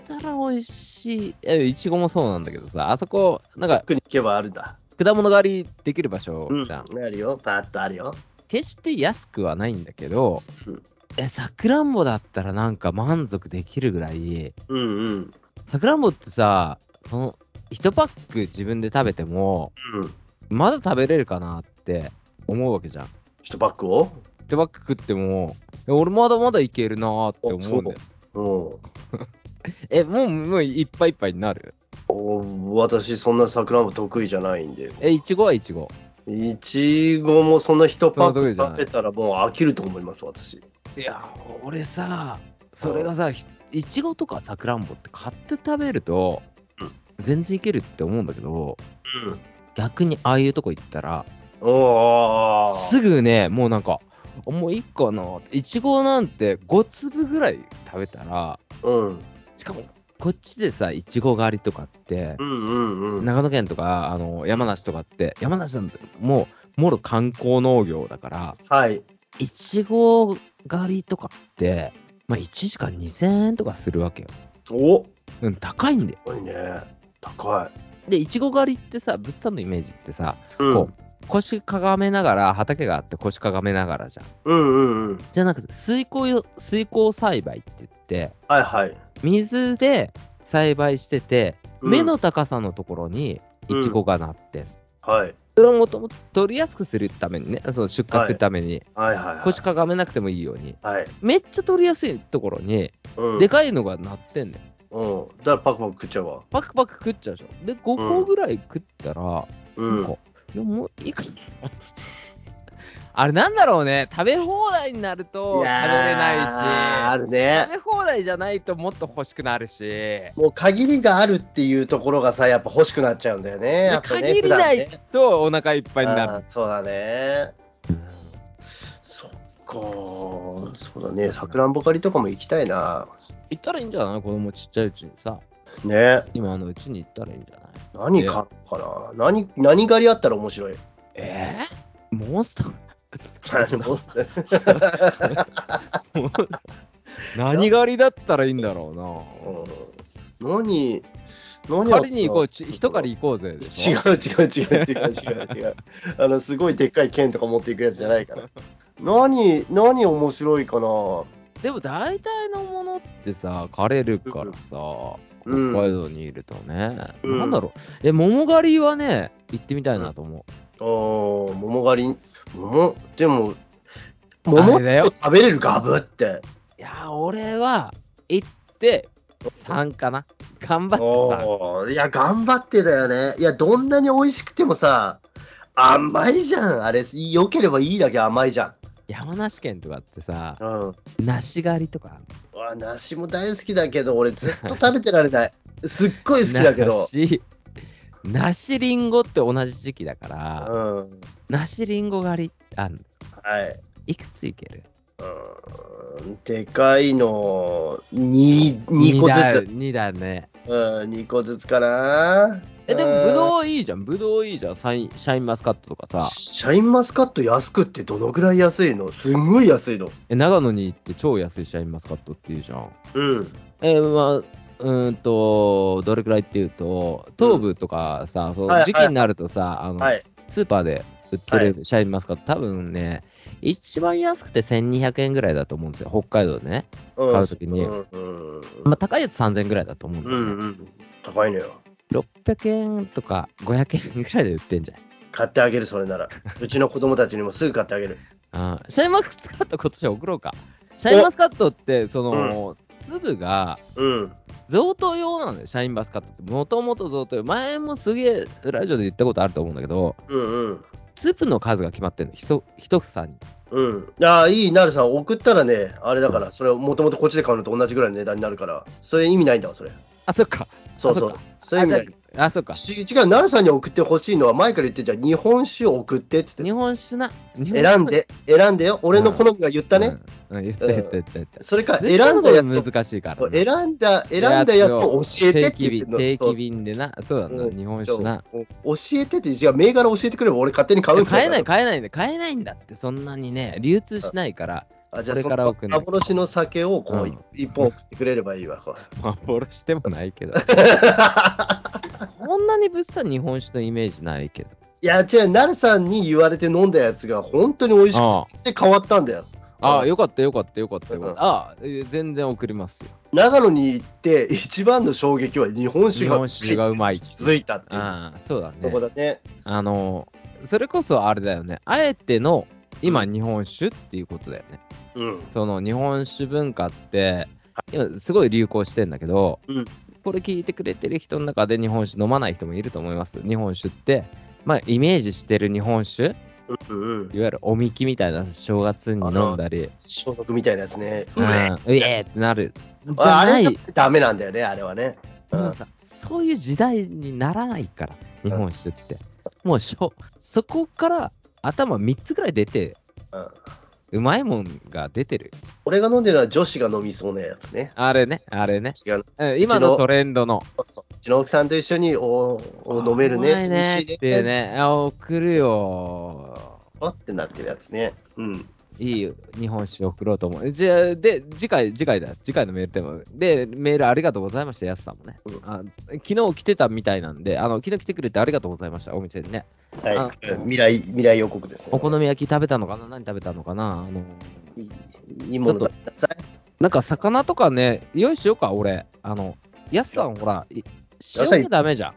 S1: やたら美味しい。え、いちごもそうなんだけどさ、あそこ、なんか
S2: う。、国行けばあるんだ。
S1: 果物狩りできる場所
S2: うん。
S1: じゃん
S2: あ。るよ、パーッとあるよ。
S1: 決して安くはないんだけど
S2: うん、
S1: え、さくらんぼだったらなんか満足できるぐらい、
S2: うんうん。
S1: さくらんぼってさ、その1パック自分で食べても、
S2: うん。
S1: まだ食べれるかなって思うわけじゃん。
S2: 一パックを
S1: 1パック食っても、え俺まだまだいけるなーって思うんだよ。
S2: うん。
S1: え、もう、もういっぱいいっぱいになる
S2: お私、そんなさくらんぼ得意じゃないんで。
S1: え、いちごはいちご。
S2: いちごもそんな一パ
S1: そんな
S2: ッ
S1: 得
S2: ク
S1: 意じゃな
S2: 食
S1: い
S2: べたらもう飽きると思います、私。
S1: いやー、俺さ、それがさ、ひいちごとかさくらんぼって買って食べると
S2: うん、
S1: 全然いけるって思うんだけど、
S2: うん。
S1: 逆にああいうとこ行ったら、
S2: おー。
S1: すぐね、もうなんか、もういいかなって、いちごなんて5粒ぐらい食べたら、
S2: うん。
S1: しかも、こっちでさ、いちご狩りとかって、
S2: うんうんうん。
S1: 長野県とか、あの、山梨とかって、山梨なんて、もう、もろ観光農業だから、
S2: はい。
S1: いちご狩りとかって、まあ、1時間2000円とかするわけよ。
S2: お
S1: うん、高いんだよ。
S2: 高いね。高い。
S1: で、いちご狩りってさ、物産のイメージってさ、
S2: うん
S1: こう、腰かがめながら、畑があって腰かがめながらじゃん。
S2: うんうんうん。
S1: じゃなくて、水耕、水耕栽培って言って、
S2: はいはい。
S1: 水で栽培してて、
S2: うん
S1: 目の高さのところにイチゴがなってん
S2: はい。
S1: それをもともと取りやすくするためにね、その出荷するために、
S2: はいはい、はい。
S1: 腰かがめなくてもいいように、
S2: はい。
S1: めっちゃ取りやすいところに、
S2: うん、
S1: でかいのがなってんねん。
S2: うん。だからパクパク食っちゃうわ。
S1: パクパク食っちゃうでしょ。で、5個ぐらい食ったら、
S2: う
S1: なん
S2: ん
S1: か。いや、もういいかな。あれなんだろうね、食べ放題になると食べれ
S2: あ
S1: ないし、
S2: る
S1: 食
S2: ね。
S1: べ放題じゃないともっと欲しくなるし、
S2: もう限りがあるっていうところがさ、やっぱ欲しくなっちゃうんだよね。やっぱね
S1: 限りないとお腹いっぱいにな
S2: あーそうだね。そっかー。そうだね。さくらんぼ狩りとかも行きたいな。
S1: る。行ったらいいんじゃない子供ちっちゃいうちにさ、
S2: ね。
S1: 今のうちに行ったらいいんじゃない
S2: 何買おうかな。何、何狩りあったら面白い。
S1: えー、モンスター何狩りだったらいいんだろ
S2: うん何、
S1: う
S2: 何
S1: な。
S2: や
S1: 狩りに行こう、ち一狩り行こうぜでし
S2: 違
S1: ょ。
S2: う違う違う違う違う違う。 あの、すごいでっかい剣とか持っていくやつじゃないから。何、何面白いかな。
S1: でも大体のものってさ、枯れるからさ、
S2: うん
S1: 北海道にいるとね、
S2: うん
S1: なんだろう、え、桃狩りはね、行ってみたいなと思う。
S2: あー桃狩り、桃、でも、
S1: あ
S2: 桃
S1: れだよ
S2: 食べれるガブって。
S1: いやー、俺は行って3かな。頑張って
S2: おーいや、頑張ってだよね。いや、どんなに美味しくてもさ、甘いじゃん、あれ。良ければいいだけ甘いじゃ
S1: さ、山梨県とかってさ、
S2: ん。うん。
S1: 梨狩りとかあんの。
S2: うわ梨も大好きだけど、俺ずっと食べてられ ない。すっごい好きだけど。
S1: 梨、梨りんごって同じ時期だか
S2: う
S1: ら、
S2: ん。は
S1: 梨りんご狩りあんの
S2: い。
S1: いくついける
S2: うーんでかいの、2、2個ずつ。
S1: 2だね。
S2: うん、2個ずつかな。
S1: え、でも
S2: うん
S1: ブドウいいじゃん。ブドウいいじゃん。サインシャインマスカットとかさ。
S2: シャインマスカット安くってどのぐらい安いのすんごい安いの。
S1: え、長野に行って超安いシャインマスカットっていうじゃん。
S2: うん。
S1: え、まあ、うーんと、どれくらいっていうと、東部とかさ、そ
S2: はいは
S1: の
S2: い
S1: 時期になるとさ、あの、
S2: はい。
S1: スーパーで売ってるシャインマスカット、多分ね、一番安くて1200円ぐらいだと思うんですよ。北海道でね。
S2: うん
S1: 買う時に
S2: うんうん
S1: まあ、高いやつ3000円ぐらいだと思うんだ
S2: う
S1: よね、
S2: んうん。高いのよ。
S1: 600円とか500円ぐらいで売ってんじゃん。
S2: 買ってあげる、そ れなら。うちの子供たちにもすぐ買ってあげる。
S1: あーシャインマスカット今年送ろうか。シャインマスカットって、その、粒が
S2: うん。
S1: 贈答用なんだよ、シャインマスカットって。もともと贈答用。前もすげえラジオで言ったことあると思うんだけど、
S2: うんうん。
S1: 粒の数が決まってんの、ひそ一房に。
S2: うん、ああ、いい、なるさん、送ったらね、あれだから、それ、もともとこっちで買うのと同じぐらいの値段になるから、それ意味ないんだわ、それ。
S1: あ、そっか。
S2: そう
S1: あ
S2: そう
S1: そっか。
S2: そういう意味ない
S1: あ、あそっか。
S2: し違う、なるさんに送ってほしいのは、前から言ってんじゃん、日本酒を送ってっつって
S1: 日、本酒な。日本酒
S2: 選ん。で、選んでよ、俺の好みが言ったね。
S1: うん。うん、言った言った言った言った。
S2: それから、
S1: 絶対
S2: 選んだや
S1: これ
S2: つ
S1: 難しいから
S2: を、
S1: ね。
S2: 選んだ、選んだやつを教えてって言ってんの。
S1: 定
S2: そう
S1: 期便でな、そうだな、
S2: うん
S1: 日本
S2: そう
S1: 酒な。
S2: 教えてって、違う、銘柄教えてくれば、俺勝手に買うんだよ
S1: 買えない、買えないんだ、買えないんだって、そんなにね、流通しないから、
S2: あじゃあ
S1: これから送
S2: そ
S1: んな
S2: の
S1: い
S2: 幻の酒をこ
S1: う
S2: うんい一本送ってくれればいいわ。こう
S1: 幻でもない けど、こんなに物産日本酒のイメージないけど、
S2: いや違う、なるさんに言われて飲んだやつが本当に美味し
S1: あ
S2: くて変わったんだよ。
S1: あ
S2: う
S1: あ、
S2: ん
S1: よかった、よかった、よかった、よかっ
S2: うん
S1: た、ああ、えー全然送りますよ。
S2: 長野に行って一番の衝撃は日本酒
S1: 日
S2: が
S1: 本酒がうまいって。
S2: 気づいたっていう
S1: ああ、そうだ
S2: と
S1: ね
S2: こ。だね。
S1: あの、それこそあれだよね、あえての、今、
S2: うん
S1: 日本酒っていうことだよね。
S2: うん。
S1: その日本酒文化って、今すごい流行してんだけど、
S2: うん
S1: これ聞いてくれてる人の中で日本酒飲まない人もいると思います。日本酒って、まあ、イメージしてる日本酒、
S2: うんうん。
S1: いわゆるおみきみたいな正月に飲んだり、
S2: 消毒みたいなやつね。
S1: うん、うえーってなる。じゃ
S2: あ
S1: な
S2: れ
S1: い、
S2: だってダメなんだよね、あれはね。うん
S1: もうさ、そういう時代にならないから、日本酒って。もうしょ、そこから頭3つぐらい出て、
S2: うん
S1: うまいもんが出てる。
S2: 俺が飲んでるのは女子が飲みそうなやつね。
S1: あれね、あれね。
S2: 違う
S1: うん今のトレンドの。
S2: うちの奥さんと一緒におーおー飲めるね。
S1: うまいね
S2: 美味しい
S1: っていうね。あ、送るよ。
S2: パッてなってるやつね。うん。
S1: いい日本酒を送ろうと思う。じゃあ、で、次回、次回だ。次回のメールでも。で、メールありがとうございました、やすさんもね。
S2: うん
S1: あ昨日来てたみたいなんで、あの、昨日来てくれてありがとうございました、お店にね。あ
S2: はい。未来、未来予告ですね。
S1: お好み焼き食べたのかな何食べたのかなあの、
S2: いいいいものだください。
S1: なんか魚とかね、用意しようか、俺。あの、やすさん、ほら、い塩じゃダメじゃん。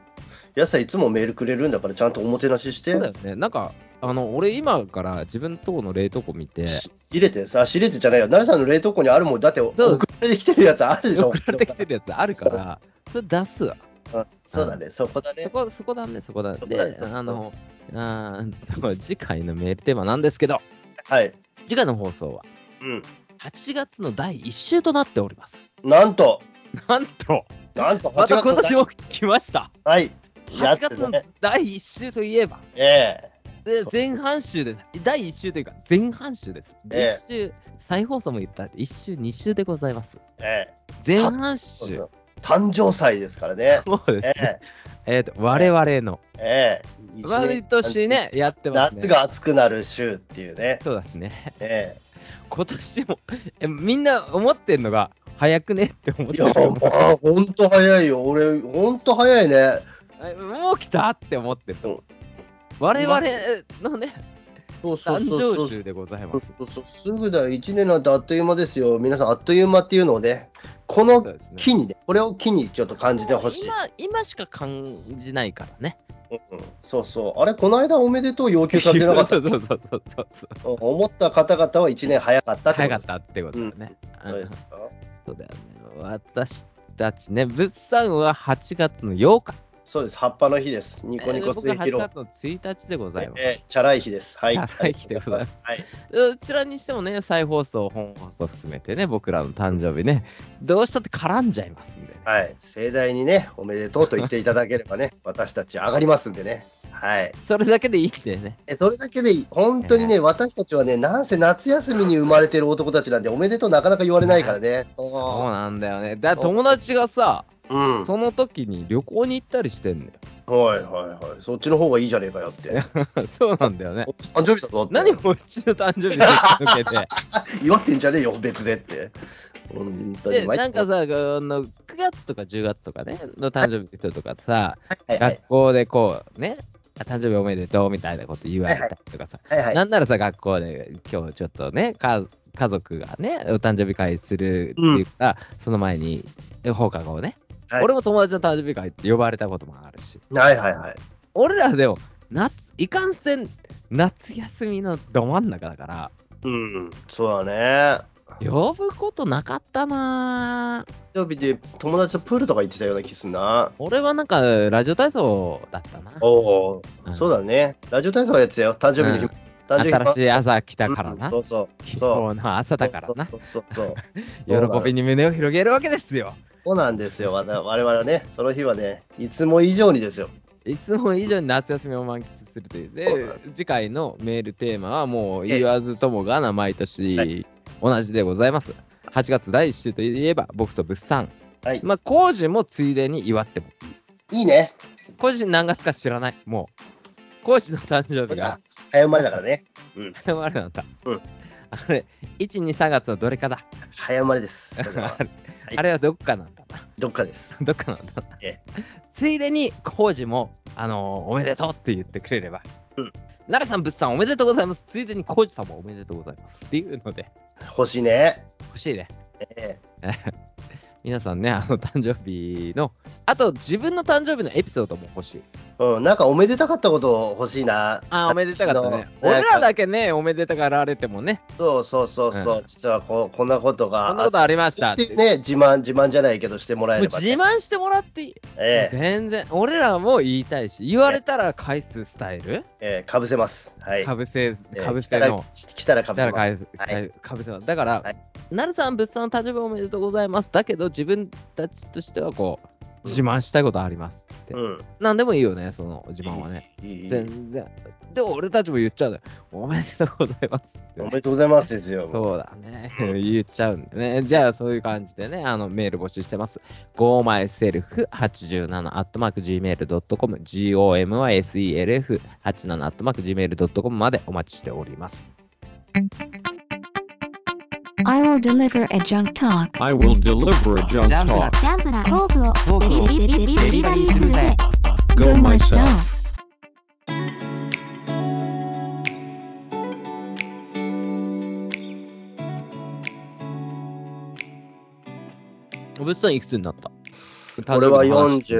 S2: やさんいつもメールくれるんだから、ちゃんとおもてなしして。
S1: そうだよね。なんか、あの、俺今から自分とこの冷凍庫見て、
S2: 仕入れてさ、仕入れてじゃないよ。奈良さんの冷凍庫にあるもん、だって送
S1: そう
S2: られてきてるやつあ るでしょ。
S1: 送られてきてるやつあるから、それ出すわ。
S2: うんそうだね、そこだね
S1: そ。こ、そこだね、そこだね。
S2: そこだね
S1: で、あの、あー次回のメールテーマなんですけど、
S2: はい。
S1: 次回の放送は
S2: うん。
S1: 8月の第1週となっております。
S2: なんと、
S1: なんと、
S2: なんと
S1: ま
S2: 8
S1: た
S2: 月
S1: 今
S2: の
S1: 年も来ました。
S2: はい。やっ
S1: 8
S2: て
S1: 月の
S2: ね。
S1: 第1週といえば、
S2: ええ
S1: で
S2: そう
S1: 前半週です。第1週というか、前半週です。
S2: ええ
S1: 1週、再放送も言ったって、1週、2週でございます。
S2: ええ
S1: 前半
S2: そう
S1: 週
S2: そ、う誕生祭ですからね。
S1: そう
S2: え
S1: ですね。
S2: え
S1: えっと、我々の、
S2: ええ
S1: 毎年ね、やってますね。
S2: 夏が暑くなる週っていうね。
S1: そうですね。
S2: え
S1: 今年も、えみんな思ってんのが、早くねって思っ
S2: えい
S1: て
S2: や、
S1: ると思う
S2: あほんと早いよ。俺、ほんと早いね。
S1: えもう来たって思ってると思う。我々のね、
S2: そうそう
S1: 誕
S2: そうそ
S1: 生
S2: う。
S1: 週でござい
S2: そ
S1: ま
S2: う
S1: す。
S2: そうそうすぐだよ、1年なんてあっという間ですよ。皆さん、あっという間っていうのをね、この
S1: そうですね
S2: 機にね、これを機にちょっと感じてほしい。
S1: 今、今しか感じないからね。
S2: うんうんそうそう。あれ、この間おめでとう要求されてなかった。
S1: そ
S2: うん
S1: うそうそうそうそうそう。
S2: 思った方々は1年早かったって
S1: 早
S2: こ
S1: かっ
S2: と
S1: たってことだね。
S2: そう
S1: う
S2: で
S1: ん
S2: すよ。
S1: そうだよね。私たちね、物産は8月の8日。
S2: そうです。葉っぱの日です。ニコニコ水
S1: えー僕
S2: 広。
S1: 8月の1日でございます。
S2: ええチャラい日です。はい。
S1: チャラい日でございます。
S2: はい。
S1: どちらにしてもね、再放送、本放送含めてね、僕らの誕生日ね、どうしたって絡んじゃいますんでね。
S2: はい、盛大にね、おめでとうと言っていただければね、私たち上がりますんでね。はい。
S1: それだけでいいんだよね。
S2: えそれだけでいい、本当にね、
S1: え
S2: 私たちはね、なんせ夏休みに生まれてる男たちなんで、おめでとうなかなか言われないからね。
S1: そう
S2: そ
S1: なんだよね。だから友達がさ、
S2: う。うん。
S1: その時に旅行に行ったりしてんだ
S2: はいはいはい。そっちの方がいいじゃねえかよって。
S1: よ。 そうなんだよね
S2: お。誕生日だぞって。
S1: 何をうちの誕生日で続け て。
S2: 祝ってんじゃねえよ、別でって。本当
S1: で、
S2: に。
S1: なんかさ、あの9月とか10月とかね、の誕生日の人とかさ、
S2: はいはい
S1: 学校でこう、ね、あ誕生日おめでとうみたいなこと言われたりとかさ、
S2: はいはい。
S1: なんならさ、学校で今日ちょっとね、か家族がね、お誕生日会するっていうか、その前に放課後ね、
S2: はい
S1: 俺も友達の誕生日会って呼ばれたこともあるし、
S2: はいはいはい。
S1: 俺らでも、夏、いかんせん、夏休みのど真ん中だから、
S2: うん、そうだね。
S1: 呼ぶことなかったなぁ。
S2: 誕生日で友達とプールとか行ってたような気すんな。
S1: 俺はなんか、ラジオ体操だったな。
S2: おお、
S1: うん
S2: そうだね。ラジオ体操のやつだよ。誕生日の日。
S1: うん
S2: 誕生日
S1: 新し
S2: い
S1: い朝来たからな。
S2: そうそう。
S1: 希
S2: そう。
S1: 望の朝だからな。
S2: そうそうそうそう。
S1: 喜びに胸を広げるわけですよ。
S2: そうなんですよ。わた我々はね、その日はね、いつも以上にですよ。
S1: いつも以上に夏休みを満喫するという。
S2: そうだ
S1: で、次回のメールテーマはもう言わずともがな、毎
S2: は
S1: 年同じでございます。8月第1週といえば、僕と物産。
S2: はい。
S1: まあ、工事もついでに祝っても。
S2: いいね。
S1: 工事何月か知らない。もう。工事の誕生日 が、
S2: 早生まれだからね。
S1: あれなんだ。
S2: うん
S1: あれ、1、2、3月はどれかだ。
S2: 早生ま れです。だから
S1: あれあれはどっかなんだな。
S2: どっかです。
S1: どっかなんだな
S2: え
S1: ついでに、工事も、あのーおめでとうって言ってくれれば。
S2: うん
S1: 奈良さん、仏さんおめでとうございます。ついでに、工事さんもおめでとうございます。っていうので、
S2: 欲しいね。
S1: 欲しいね。
S2: ええ
S1: 皆さんね、あの、誕生日の、 あと、自分の誕生日のエピソードも欲しい。
S2: うん、なんかおめでたかったこと欲しいな。
S1: あー、おめでたかったね。
S2: あの
S1: 俺らだけね、おめでたかられてもね、
S2: そうそうそうそう、
S1: うん
S2: 実はこうこんなことが。
S1: こんなことありました
S2: っ
S1: ってて
S2: いうね、自慢、自慢じゃないけどしてもら
S1: も
S2: え
S1: う
S2: れば、
S1: 自慢してもらっていい。
S2: ええ
S1: 全然、俺らも言いたいし、言われたら返すスタイル、
S2: ええかぶせます。はい。
S1: かぶせ、かぶ
S2: ぶ
S1: せの。
S2: 来たらかぶ
S1: だか
S2: せ
S1: ら
S2: ます。
S1: 返す、
S2: はい
S1: 返かぶせます。だから、
S2: はい
S1: なるさん、物産の誕生日おめでとうございます。だけど、自分たちとしては、こう、自慢したいことありますって。
S2: うん。
S1: なんでもいいよね、その自慢はね。
S2: いい。いいいい
S1: 全然。で、俺たちも言っちゃうんだよ。おめでとうございますって
S2: お
S1: ね、
S2: めでとうございますですよ。
S1: そうだね。 言っちゃうんでね。じゃあ、そういう感じでね、あの、メール募集してます。gomyself87-gmail.com、gomyself87-gmail.com までお待ちしております。
S3: I will deliver a junk talk.
S4: I will deliver a junk talk.
S3: ジャンプなトークをデリデリデリデリデリするぜ。
S4: Go myself.
S1: o ぶさんいくつになった
S2: 俺は
S1: 誕生日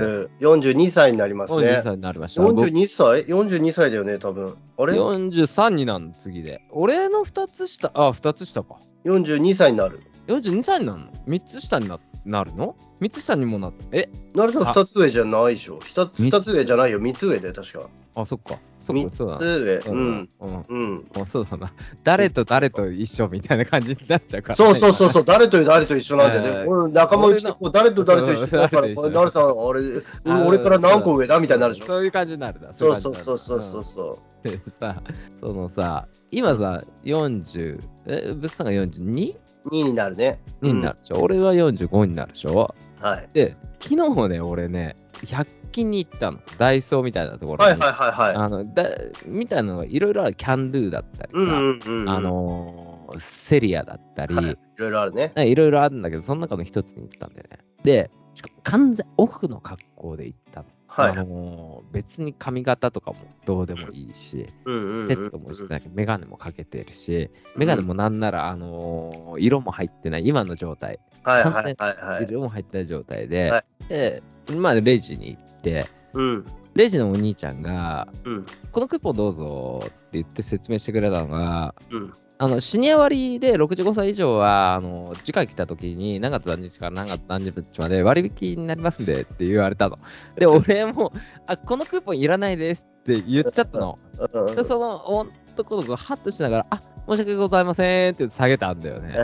S1: の話
S2: 40 42歳になりますね
S1: 42。歳になりました。僕
S2: 42歳 ?42 歳だよね、多分。あれ
S1: 43になるの次で。俺の2つ下、あ、2つ下か。
S2: ?42 歳になる。
S1: 42歳になるの ?3 つ下にななるの ?3 つ下にもなっえ
S2: なると
S1: あ
S2: 2つ上じゃないでしょ。2つ
S1: み
S2: 二つ上じゃないよ、3つ上で確か。
S1: あ、そっか。そっ
S2: 3
S1: か、そうだ
S2: つ
S1: な。
S2: 上。
S1: う
S2: うん
S1: ん。。うん
S2: うん。
S1: あそうだな。誰と誰と一緒みたいな感じになっちゃうからね、
S2: そうそうそうそう、誰と誰と一緒なんだよ
S1: えー
S2: ね。俺仲間内でこう誰と誰と一緒 だから、
S1: うん
S2: これ誰さん、あれ、
S1: あー
S2: 俺から何個上だみたいになるでしょ。
S1: そういう感じになるな。
S2: そう
S1: い
S2: そう
S1: 感じになる
S2: そうそうそう。そう。
S1: でさ、そのさ、今さ、40、え、ブッさんが 42?
S2: 2になるね。
S1: になるでしょ、俺は45になるでしょ
S2: はい。
S1: で、昨日ね、俺ね、100均に行ったの。ダイソーみたいなところ
S2: はい
S1: に。
S2: はいはいはい。
S1: あのだみたいなのがいろいろある。キャンドゥだったりさ、
S2: うんうんうんうん。
S1: あのーセリアだったり、
S2: はいいろいろあるね。
S1: いろいろあるんだけど、その中の一つに行ったんだよね。で、しかも完全オフの格好で行ったの。
S2: はい
S1: あ。のー別に髪型とかもどうでもいいし、
S2: うんうんうん
S1: セットもしてないけど、メガネもかけてるし、メガネもなんなら、あのー色も入ってない、今の状態、
S2: はいはいはいはい。
S1: 色も入ってない状態で、
S2: は
S1: で、まあ、レジに行って、
S2: うん
S1: レジのお兄ちゃんが、
S2: うん
S1: このクーポンどうぞって言って説明してくれたのが、
S2: うん。
S1: あのシニア割で65歳以上は、あの次回来た時に何月何日から何月何日まで割引になりますんでって言われたの。で、俺も、あこのクーポンいらないですって言っちゃったの。
S2: うん
S1: で、その男の子がハッとしながら、あ申し訳ございませんって下げたんだよね。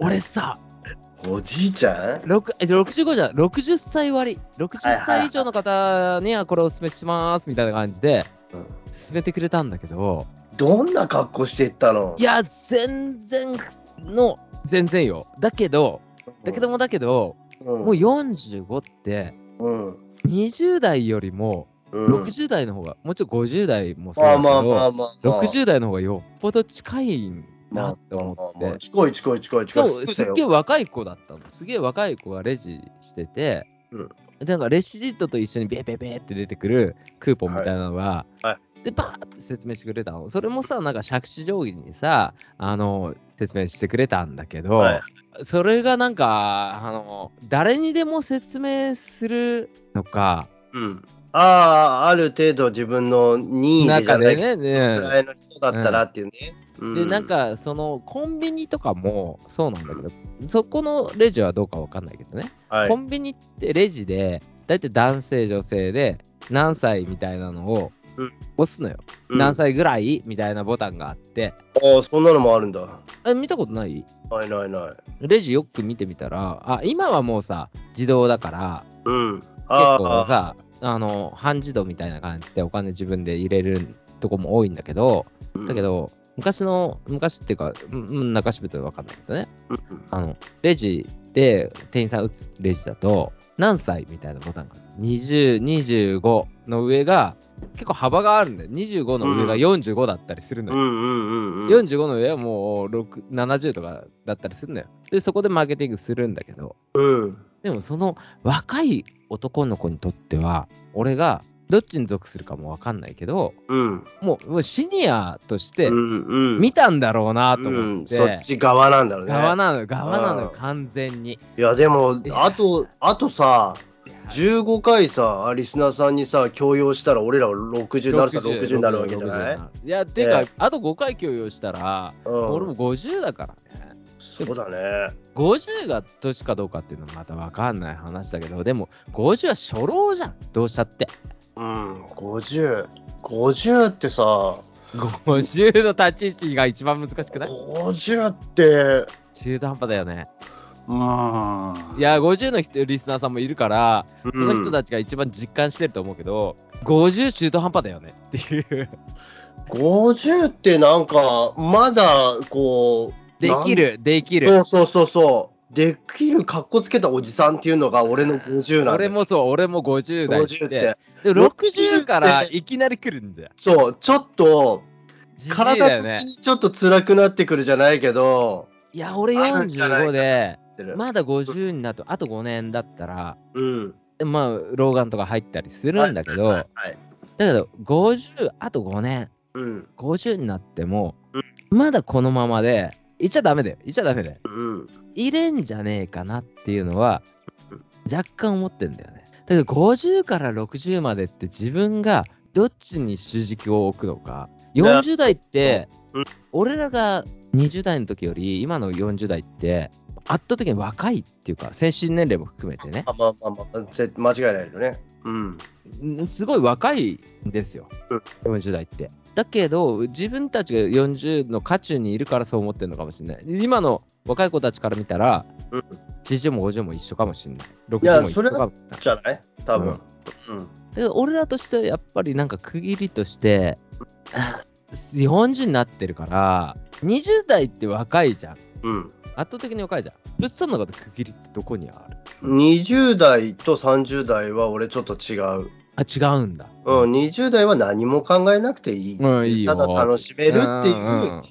S1: 俺さ、
S2: おじいちゃん
S1: 6え65じゃん、60歳割、60歳以上の方にはこれお勧めしますみたいな感じで、勧めてくれたんだけど、
S2: どんな格好していったの
S1: いや、全然の、全然よ。だけど、だけどもだけど、
S2: うん、
S1: もう45って、
S2: うん、
S1: 20代よりも
S2: うん、
S1: 60代の方が、もうちょっと50代もそう
S2: ま
S1: だ
S2: あ
S1: け
S2: まあまあ
S1: ど、
S2: まあ、まあ、
S1: 60代の方がよっぽど近いなって思
S2: まあ
S1: っ
S2: まあまあ
S1: て。
S2: 近い近い近い
S1: しか
S2: 近い
S1: も
S2: そう
S1: す
S2: だ
S1: っ
S2: よ
S1: げえ若い子だったの。すげえ若い子がレジしてて、
S2: うん
S1: でなんかレシートと一緒にベーベーベーって出てくるクーポンみたいなのが、
S2: はいは
S1: で、バーって説明してくれたの。それもさ、なんか借子定規にさ、あの、説明してくれたんだけど、
S2: はい
S1: それがなんか、あの、誰にでも説明するのか、
S2: うん、ああある程度自分の任意でじ
S1: 中
S2: ゃな
S1: で
S2: い
S1: ね、
S2: ぐら
S1: ね
S2: いの人だったらっていうね、うん
S1: で、なんか、その、コンビニとかもそうなんだけど、そこのレジはどうかわかんないけどね、
S2: はい
S1: コンビニってレジで、大体男性、女性で、何歳みたいなのを
S2: うん
S1: 押すのよ。
S2: うん、
S1: 何歳ぐらいみたいなボタンがあって、
S2: ああそんなのもあるんだ
S1: え見たことない
S2: ないないない
S1: レジよく見てみたら、あ、今はもうさ、自動だから、
S2: うん
S1: 結構
S2: あ
S1: さ、あの、半自動みたいな感じでお金自分で入れるとこも多いんだけど、
S2: あ
S1: だけ、ど、昔の、昔っていうか、うんうん、中渋とは分かんないけどね、
S2: うんうん
S1: あの、レジで店員さん打つレジだと、何歳みたいなボタンが、20、25の上が、結構幅があるんだよ。25の上が
S2: うん
S1: 45だったりするの
S2: う
S1: よ。
S2: んうんうんうん
S1: 45の上はもう6 70とかだったりするのよ。で、そこでマーケティングするんだけど、
S2: うん
S1: でもその若い男の子にとっては、俺がどっちに属するかもわかんないけど、
S2: うん
S1: もうもうシニアとして
S2: うんうん
S1: 見たんだろうなと
S2: う
S1: 思っ
S2: ん、
S1: て、
S2: そっち側なんだろうね
S1: 側なのよ、側なのよ、
S2: うん
S1: 完全に。
S2: いやでも
S1: いや
S2: あとあとさ15回さ、リスナーさんにさ、強要したら、俺らは60なるさ、60になるわけじゃない
S1: 60いや、てか、
S2: ええ
S1: あと5回共有したら、
S2: うん
S1: 俺も50だからね。
S2: そうだね。
S1: 50が年かどうかっていうのはまた分かんない話だけど、でも50は初老じゃん、どうしたって。
S2: うん、50。50ってさ、
S1: 50の立ち位置が一番難しくない
S2: 50って、
S1: 中途半端だよね。
S4: うん
S1: いや、50の人リスナーさんもいるから、
S2: そ
S1: その人たちが一番実感してると思うけど、50中途半端だよねっていう。
S2: 50ってなんか、まだ、こう、
S1: できる、でき
S2: な
S1: る
S2: ん。。そうそうそうそう。できる、かっこつけたおじさんっていうのが、俺の50なんだ
S1: 俺
S2: よ。
S1: もそう、俺も50代
S2: 50っ
S1: でで
S2: て。60
S1: 60からいきなり来るんだよ。
S2: そう、ちょっと、
S1: じじいだ
S2: 体
S1: よね
S2: 的。にちょっと辛くなってくるじゃないけど、
S1: いや、俺
S2: あるんじゃな
S1: 45
S2: いか
S1: で、
S2: ってる
S1: まだ50になると、あと5年だったら、
S2: うん。
S1: まあ、老眼とか入ったりするんだけど、
S2: はい
S1: だ
S2: はい。
S1: けど、50、あと5年、
S2: うん。
S1: 50になっても、まだこのままで、いっちゃダメだよ、いっちゃダメだよ。
S2: うん。
S1: 入れんじゃねえかなっていうのは
S2: うん、
S1: 若干思ってんだよね。だけど50から60までって自分がどっちに主軸を置くのか。40代って
S2: うん、
S1: 俺らが20代の時より今の40代って圧倒的に若いっていうか精神年齢も含めてね
S2: まあまあまあまあ、ぜ間違いないよね。うん。
S1: んすごい若いんですよ
S2: うん
S1: 40代ってだけど自分たちが40の渦中にいるからそう思ってるのかもしれない今の若い子たちから見たら
S2: うん
S1: 40も50も一緒かもしれない
S2: いや
S1: 60も一
S2: そ
S1: 緒
S2: れ
S1: か
S2: は
S1: もしれない
S2: じゃない多分。うん。
S1: だけど俺らとしてはやっぱりなんか区切りとしてあ40になってるから20代って若いじゃん
S2: うん。
S1: 圧倒的に若いじゃんぶっそんのこと区切りってどこにある
S2: 20代と30代は俺ちょっと違う。
S1: あ違うんだ
S2: うん、20代は何も考えなくていい。
S1: うんいいよ
S2: ただ楽しめるっていう、
S1: うんうん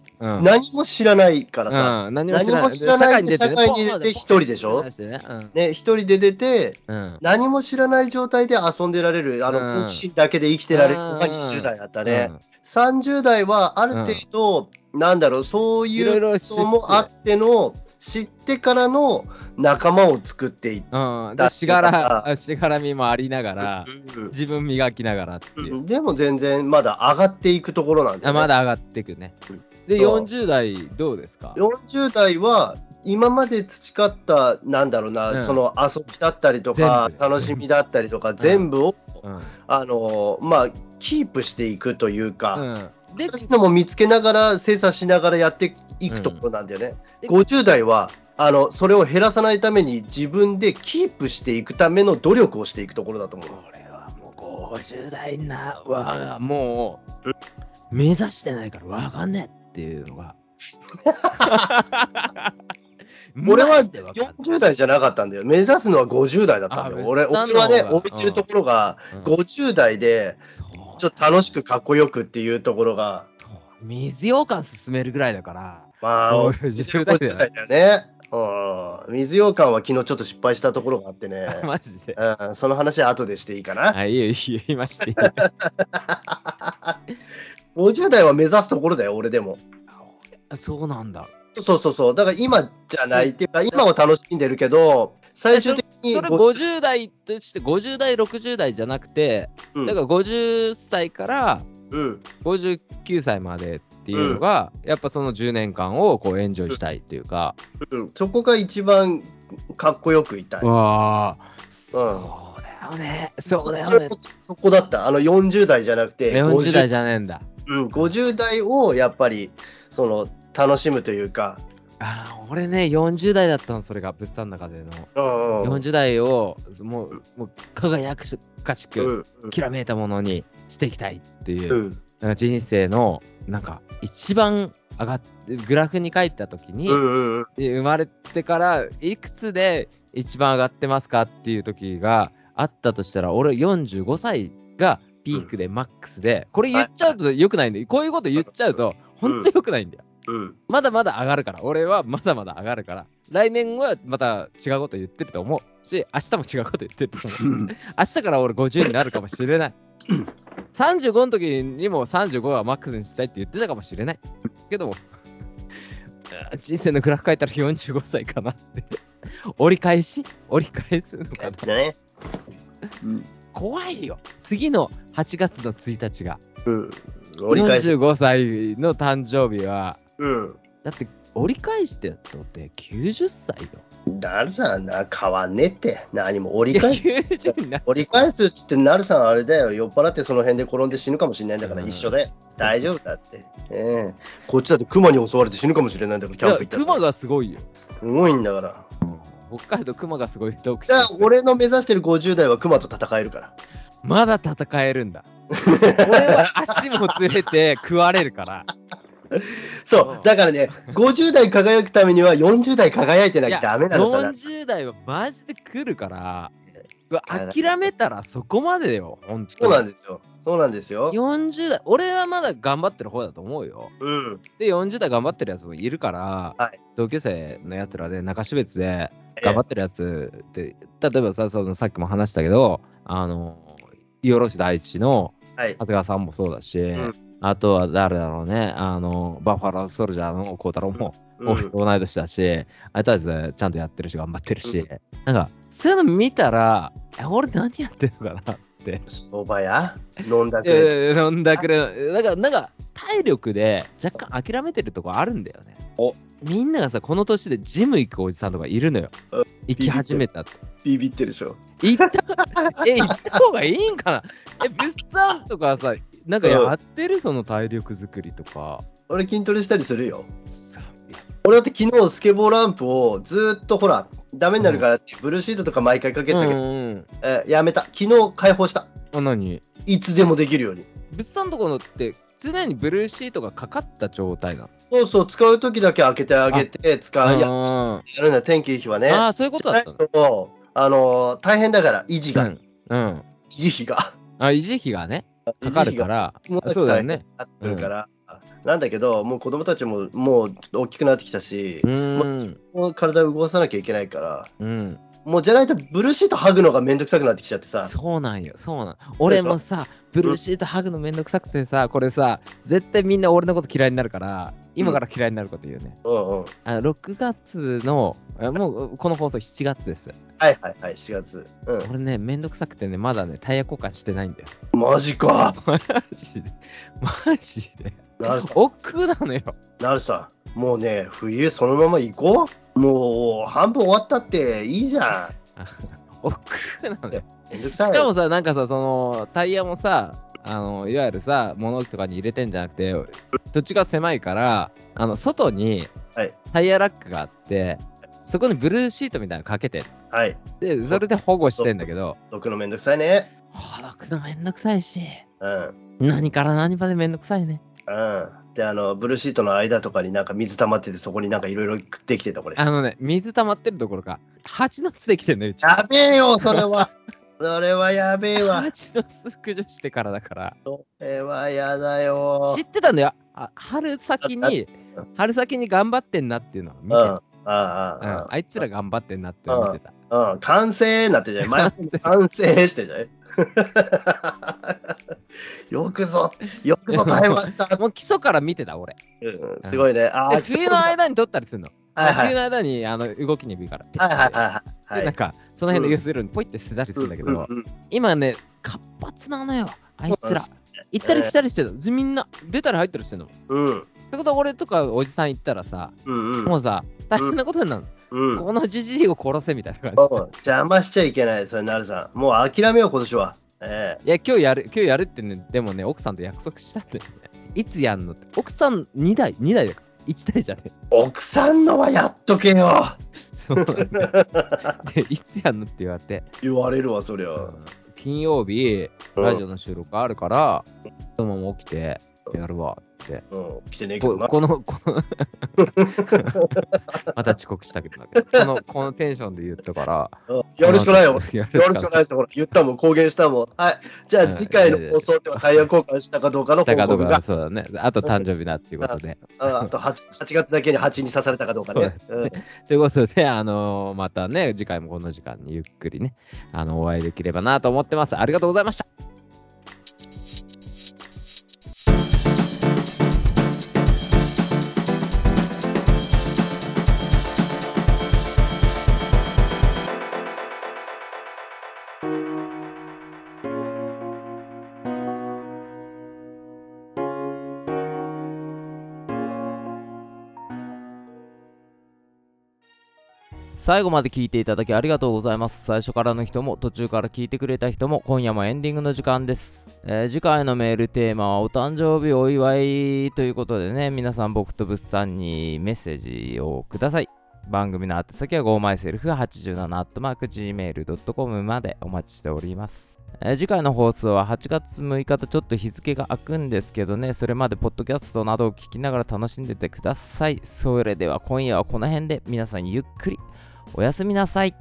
S2: 何も知らないからさ、
S1: うん、何
S2: 何も知らないで社会に出て一人でし
S1: ポ
S2: ょ
S1: ンって出してね
S2: ね、一人で出て、
S1: うんうん
S2: 何も知らない状態で遊んでられる、あ
S1: うん
S2: の好奇心だけで生きてられるのが
S1: うん
S2: 20代だったね。30代はある程度、なんだろう、そう
S1: いろ
S2: い
S1: いうろ知って
S2: のもあっての、知ってからの仲間を作っていっ
S1: うん、うん、
S2: だ
S1: で
S2: って
S1: しが
S2: さ
S1: らしがらみもありながら
S2: た、。
S1: 自分磨きながらっていう、
S2: うんでも全然まだ上がっていくところなんだ
S1: あ
S2: よ、ね、
S1: まだ上がっていくね
S2: うん
S1: で
S2: そう
S1: 40代どうですか
S2: 40代は今まで培ったなんだろうな、
S1: うん
S2: その遊びだったりとか
S1: 全部
S2: 楽しみだったりとか全部を、
S1: うん
S2: あのまあキープしていくというか、
S1: うんで
S2: そういうのも見つけながら精査しながらやっていくところなんだよね、
S1: で
S2: 50代はあのそれを減らさないために自分でキープしていくための努力をしていくところだと思う
S1: これはもう50代なわがもう目指してないからわかんねえっていうの が
S2: 俺は
S1: マジでわかんない
S2: 40代じゃなかったんだよ。目指すのは50代だったんだよ。
S1: あ
S2: 俺
S1: 物産
S2: 俺
S1: の方
S2: は
S1: が
S2: ね、置いてるところが、
S1: うん
S2: 50代で、ちょっと楽しくかっこよくっていうところが、
S1: 水羊羹進めるぐらいだから、
S2: まあ、
S1: もう
S2: 50
S1: 50
S2: 代
S1: 代
S2: だ
S1: だ
S2: よね。うん水羊羹は昨日ちょっと失敗したところがあって ね、
S1: マジで。
S2: うん、その話は後でしていいかな。
S1: あ、いいよ、いいよ、言いまして。
S2: 50代は目指すところだよ、俺でも。
S1: そうなんだ。
S2: そうそうそう。だから今じゃないっていうか、今は楽しんでるけど、最終的に、
S1: それ50代として、50代、60代じゃなくて、
S2: うん
S1: だから50歳から
S2: うん、
S1: 59歳までっていうのが、やっぱその10年間をこうエンジョイしたいっていうか、
S2: うん、そこが一番かっこよくいたい。
S1: わあ、
S2: うん
S1: そうだよね、そうだ
S2: そ
S1: よ
S2: れ
S1: ね
S2: こ。そこだった。あの40代じゃなくて、
S1: 40代
S2: 50,
S1: じゃねえんだ。
S2: うん、50代をやっぱり、その、楽しむというか、
S1: あー俺ね、40代だったの、それが、ぶっさん中での。
S2: うんうん
S1: 40代をもうもう輝くしかし
S2: う
S1: く、
S2: んうん
S1: きらめいたものにしていきたいっていう、
S2: うん
S1: なんか人生のなんか一番上がってグラフに書いた時に、
S2: うんうんうん
S1: 生まれてからいくつで一番上がってますかっていう時があったとしたら俺45歳がピークでマックスで、これ言っちゃうと良くないんだよこういうこと言っちゃうと本当良くないんだよ。
S2: うん
S1: まだまだ上がるから、俺はまだまだ上がるから、来年はまた違うこと言ってると思うし、明日も違うこと言ってると思 う。明日から俺50になるかもしれない。35の時にも35はマックスにしたいって言ってたかもしれない。けども、あー人生のグラフ書いたら45歳かなって。折り返し折り返すのかな
S2: 確かにね
S1: 怖いよ。次の8月の1日が。
S2: うん折り返し。
S1: 45歳の誕生日は、
S2: うん。
S1: だって折り返してやっとって90歳よ。
S2: なるさんな、変わんねえって。何も折
S1: い
S2: り
S1: や
S2: 返す。
S1: 90にな
S2: 折り返すっつって、なるさんあれだよ。酔っ払ってその辺で転んで死ぬかもしれないんだから
S1: うん
S2: 一緒だよ。大丈夫だって。ええこっちだって熊に襲われて死ぬかもしれないんだから、キャンプ行ったら。
S1: 熊がすごいよ。
S2: すごいんだから。
S1: 北海道熊がすごい独
S2: じゃあ、俺の目指してる50代は熊と戦えるから。
S1: まだ戦えるんだ。俺は足もつれて食われるから。
S2: そう
S1: う、ん
S2: だからね、50代輝くためには40代輝いてないきゃ
S1: や
S2: ダメなのさ。
S1: 40代はマジで来るから、うわ諦めたらそこまでよ、本当
S2: そうなん
S1: で
S2: ですよ。そうなんですよ。
S1: 40代、俺はまだ頑張ってる方だと思うよ。
S2: うん。
S1: で、40代頑張ってるやつもいるから、
S2: はい
S1: 同級生のやつらで、中標別で頑張ってるやつって、例えばさそのさっきも話したけど、あの、よろし第一の
S2: はい
S1: 長。谷川さんもそうだし、
S2: ん
S1: あとは誰だろうね、あの、バッファローソルジャーの孝太郎も、
S2: うん
S1: お同い年だし、あいつはちゃんとやってるし、頑張ってるし、なんか、そういうの見たら、え俺何やってんのかなって。
S2: そばや飲んだくれ。
S1: えー、飲んだくれの、なんか、なんか、体力で若干諦めてるとこあるんだよね。
S2: お
S1: みんながさ、この年でジム行くおじさんとかいるのよ
S2: うん。
S1: 行き始めたって。
S2: ビビってるでしょ。
S1: 行った、え、行った方がいいんかなえ、ブッサンとかさ、なんかやってるその体力作りとか。
S2: 俺筋トレしたりするよ。
S1: さ
S2: 俺だって昨日スケボーランプをずーっとほら、ダメになるからってブルーシートとか毎回かけてたけど、
S1: うんうん
S2: えーやめた。昨日解放した。
S1: あ、何
S2: いつでもできるように。
S1: 物産とこのって常にブルーシートがかかった状態な
S2: そうそう、使う時だけ開けてあげて、使うやや
S1: の。
S2: るんだ、天気いい日はね。
S1: ああ、そういうことだったの。
S2: そうあのー大変だから、維持が、
S1: うん。うん。
S2: 維持費が。
S1: あ、維持費がね、 かかるか。ら
S2: 維持費が。
S1: あそうだよね。
S2: なってるから、なんだけど、もう子供たちももうちょっと大きくなってきたし
S1: う、ーん。
S2: もう体を動かさなきゃいけないから、
S1: うん。
S2: もうじゃないとブルーシート剥ぐのがめんどくさくなってきちゃってさ、
S1: そうなんよ。そうなん。俺もさ、ブルーシート剥ぐのめんどくさくてさ、これさ、絶対みんな俺のこと嫌いになるから、今から嫌いになること言うね。
S2: うんうん。
S1: あ6月の、あもうこの放送7月です。
S2: はいはいはい、4月。う
S1: 俺ね、めんどくさくてね、まだね、タイヤ交換してないんだよ。
S2: ん。マジか。
S1: マジで。マジで。
S2: なるさ
S1: 億劫なのよ。
S2: ん、なるさん、もうね、冬そのまま行こう。もう半分終わったっていいじゃ
S1: 億劫なのよ。
S2: ん。めんどくさい。
S1: しかもさ、なんかさ、そのタイヤもさ、あのいわゆるさ、物置とかに入れてんじゃなくて、土地が狭いから、あの外に
S2: はい
S1: タイヤラックがあって、そこにブルーシートみたいなのかけてん
S2: はい、
S1: で、それで保護してんだけど、
S2: 僕のめんどくさいね。
S1: ほら、くのめんどくさいし、
S2: うん。う
S1: 何から何までめんどくさいね。
S2: ん。で、あの、ブルーシートの間とかになんか水溜まってて、そこになんかいろいろ食ってきてた、これ。
S1: あのね、水溜まってるどころか、蜂の巣できてんのよ、うち。
S2: やべえ よ、それは。それはやべえわ。
S1: 蜂の巣駆除してからだから。
S2: それはやだよ
S1: 知。ってたんだよ。あ春先に
S2: ああ、
S1: 春先に頑張ってんなっていうのを見
S2: う
S1: て
S2: ん。あ
S1: た、
S2: あ、
S1: うん
S2: あ
S1: あいつら頑張ってんなっていうのを見てた。
S2: あ、うん。完成なってんじゃ ない前完成してんじゃない よくぞ、よくぞ耐えました。
S1: もう基礎から見てた、俺。
S2: うんすごいね。あ
S1: で
S2: あ、
S1: 冬の間に取ったりするの。
S2: はいはい
S1: 冬の間にあの動きにくいから。
S2: はいはいはいはい。
S1: でなんか、その辺の要するにポイって捨てたりするんだけど、
S2: うんうん
S1: 今ね、活発なのよ、あいつら
S2: そ。
S1: 行ったり来たりしてるの。みんな出たり入ったりしてるの。っ
S2: うん
S1: てことは、俺とかおじさん行ったらさ、
S2: うんう
S1: も
S2: ん
S1: うさ、大変なことになるの。
S2: うん
S1: このじじいを殺せみたいな
S2: そう
S1: 感じ。
S2: 邪魔しちゃいけない、それなるさん。もう諦めよう、今年は。ええ
S1: いや、今日やる、今日やるってね、でもね、奥さんと約束したんだよね。いつやんのって。奥さん2台、2台だから。1台じゃねえ。
S2: 奥さんのはやっとけよ。
S1: そう なんだよで、いつやんのって言われて、
S2: 言われるわ、そりゃ。
S1: 金曜日、
S2: うん
S1: ラジオの収録あるから、そのまま起きて、やるわって。
S2: うん、来てねえけ
S1: こ
S2: どな。
S1: この、この また遅刻したけどな、この、このテンションで言った から、
S2: うんやるしか ないよ。
S1: や
S2: や
S1: る
S2: る
S1: し
S2: し
S1: かな。
S2: かないいですよ、ほら言ったもん、公言したもん。はい。じゃあ、
S1: うん
S2: 次回の放送ではタイヤ交換したかどうかの報
S1: だからど
S2: 告
S1: う
S2: が
S1: か、、そうだね。あと誕生日だっていうことで。
S2: うんあと 8, 8月だけに蜂に刺されたかどうかね。うん
S1: ということで、 あのーまたね、次回もこの時間にゆっくりね、あの、お会いできればなと思ってます。ありがとうございました。
S5: 最後まで聞いていただきありがとうございます。最初からの人も途中から聞いてくれた人も今夜もエンディングの時間です。えー次回のメールテーマはお誕生日お祝いということでね、皆さん僕とぶっさんにメッセージをください。番組の宛先は gomyself87-gmail.com までお待ちしております。えー次回の放送は8月6日とちょっと日付が空くんですけどね、それまでポッドキャストなどを聞きながら楽しんでてください。それでは今夜はこの辺で皆さんゆっくりおやすみなさい。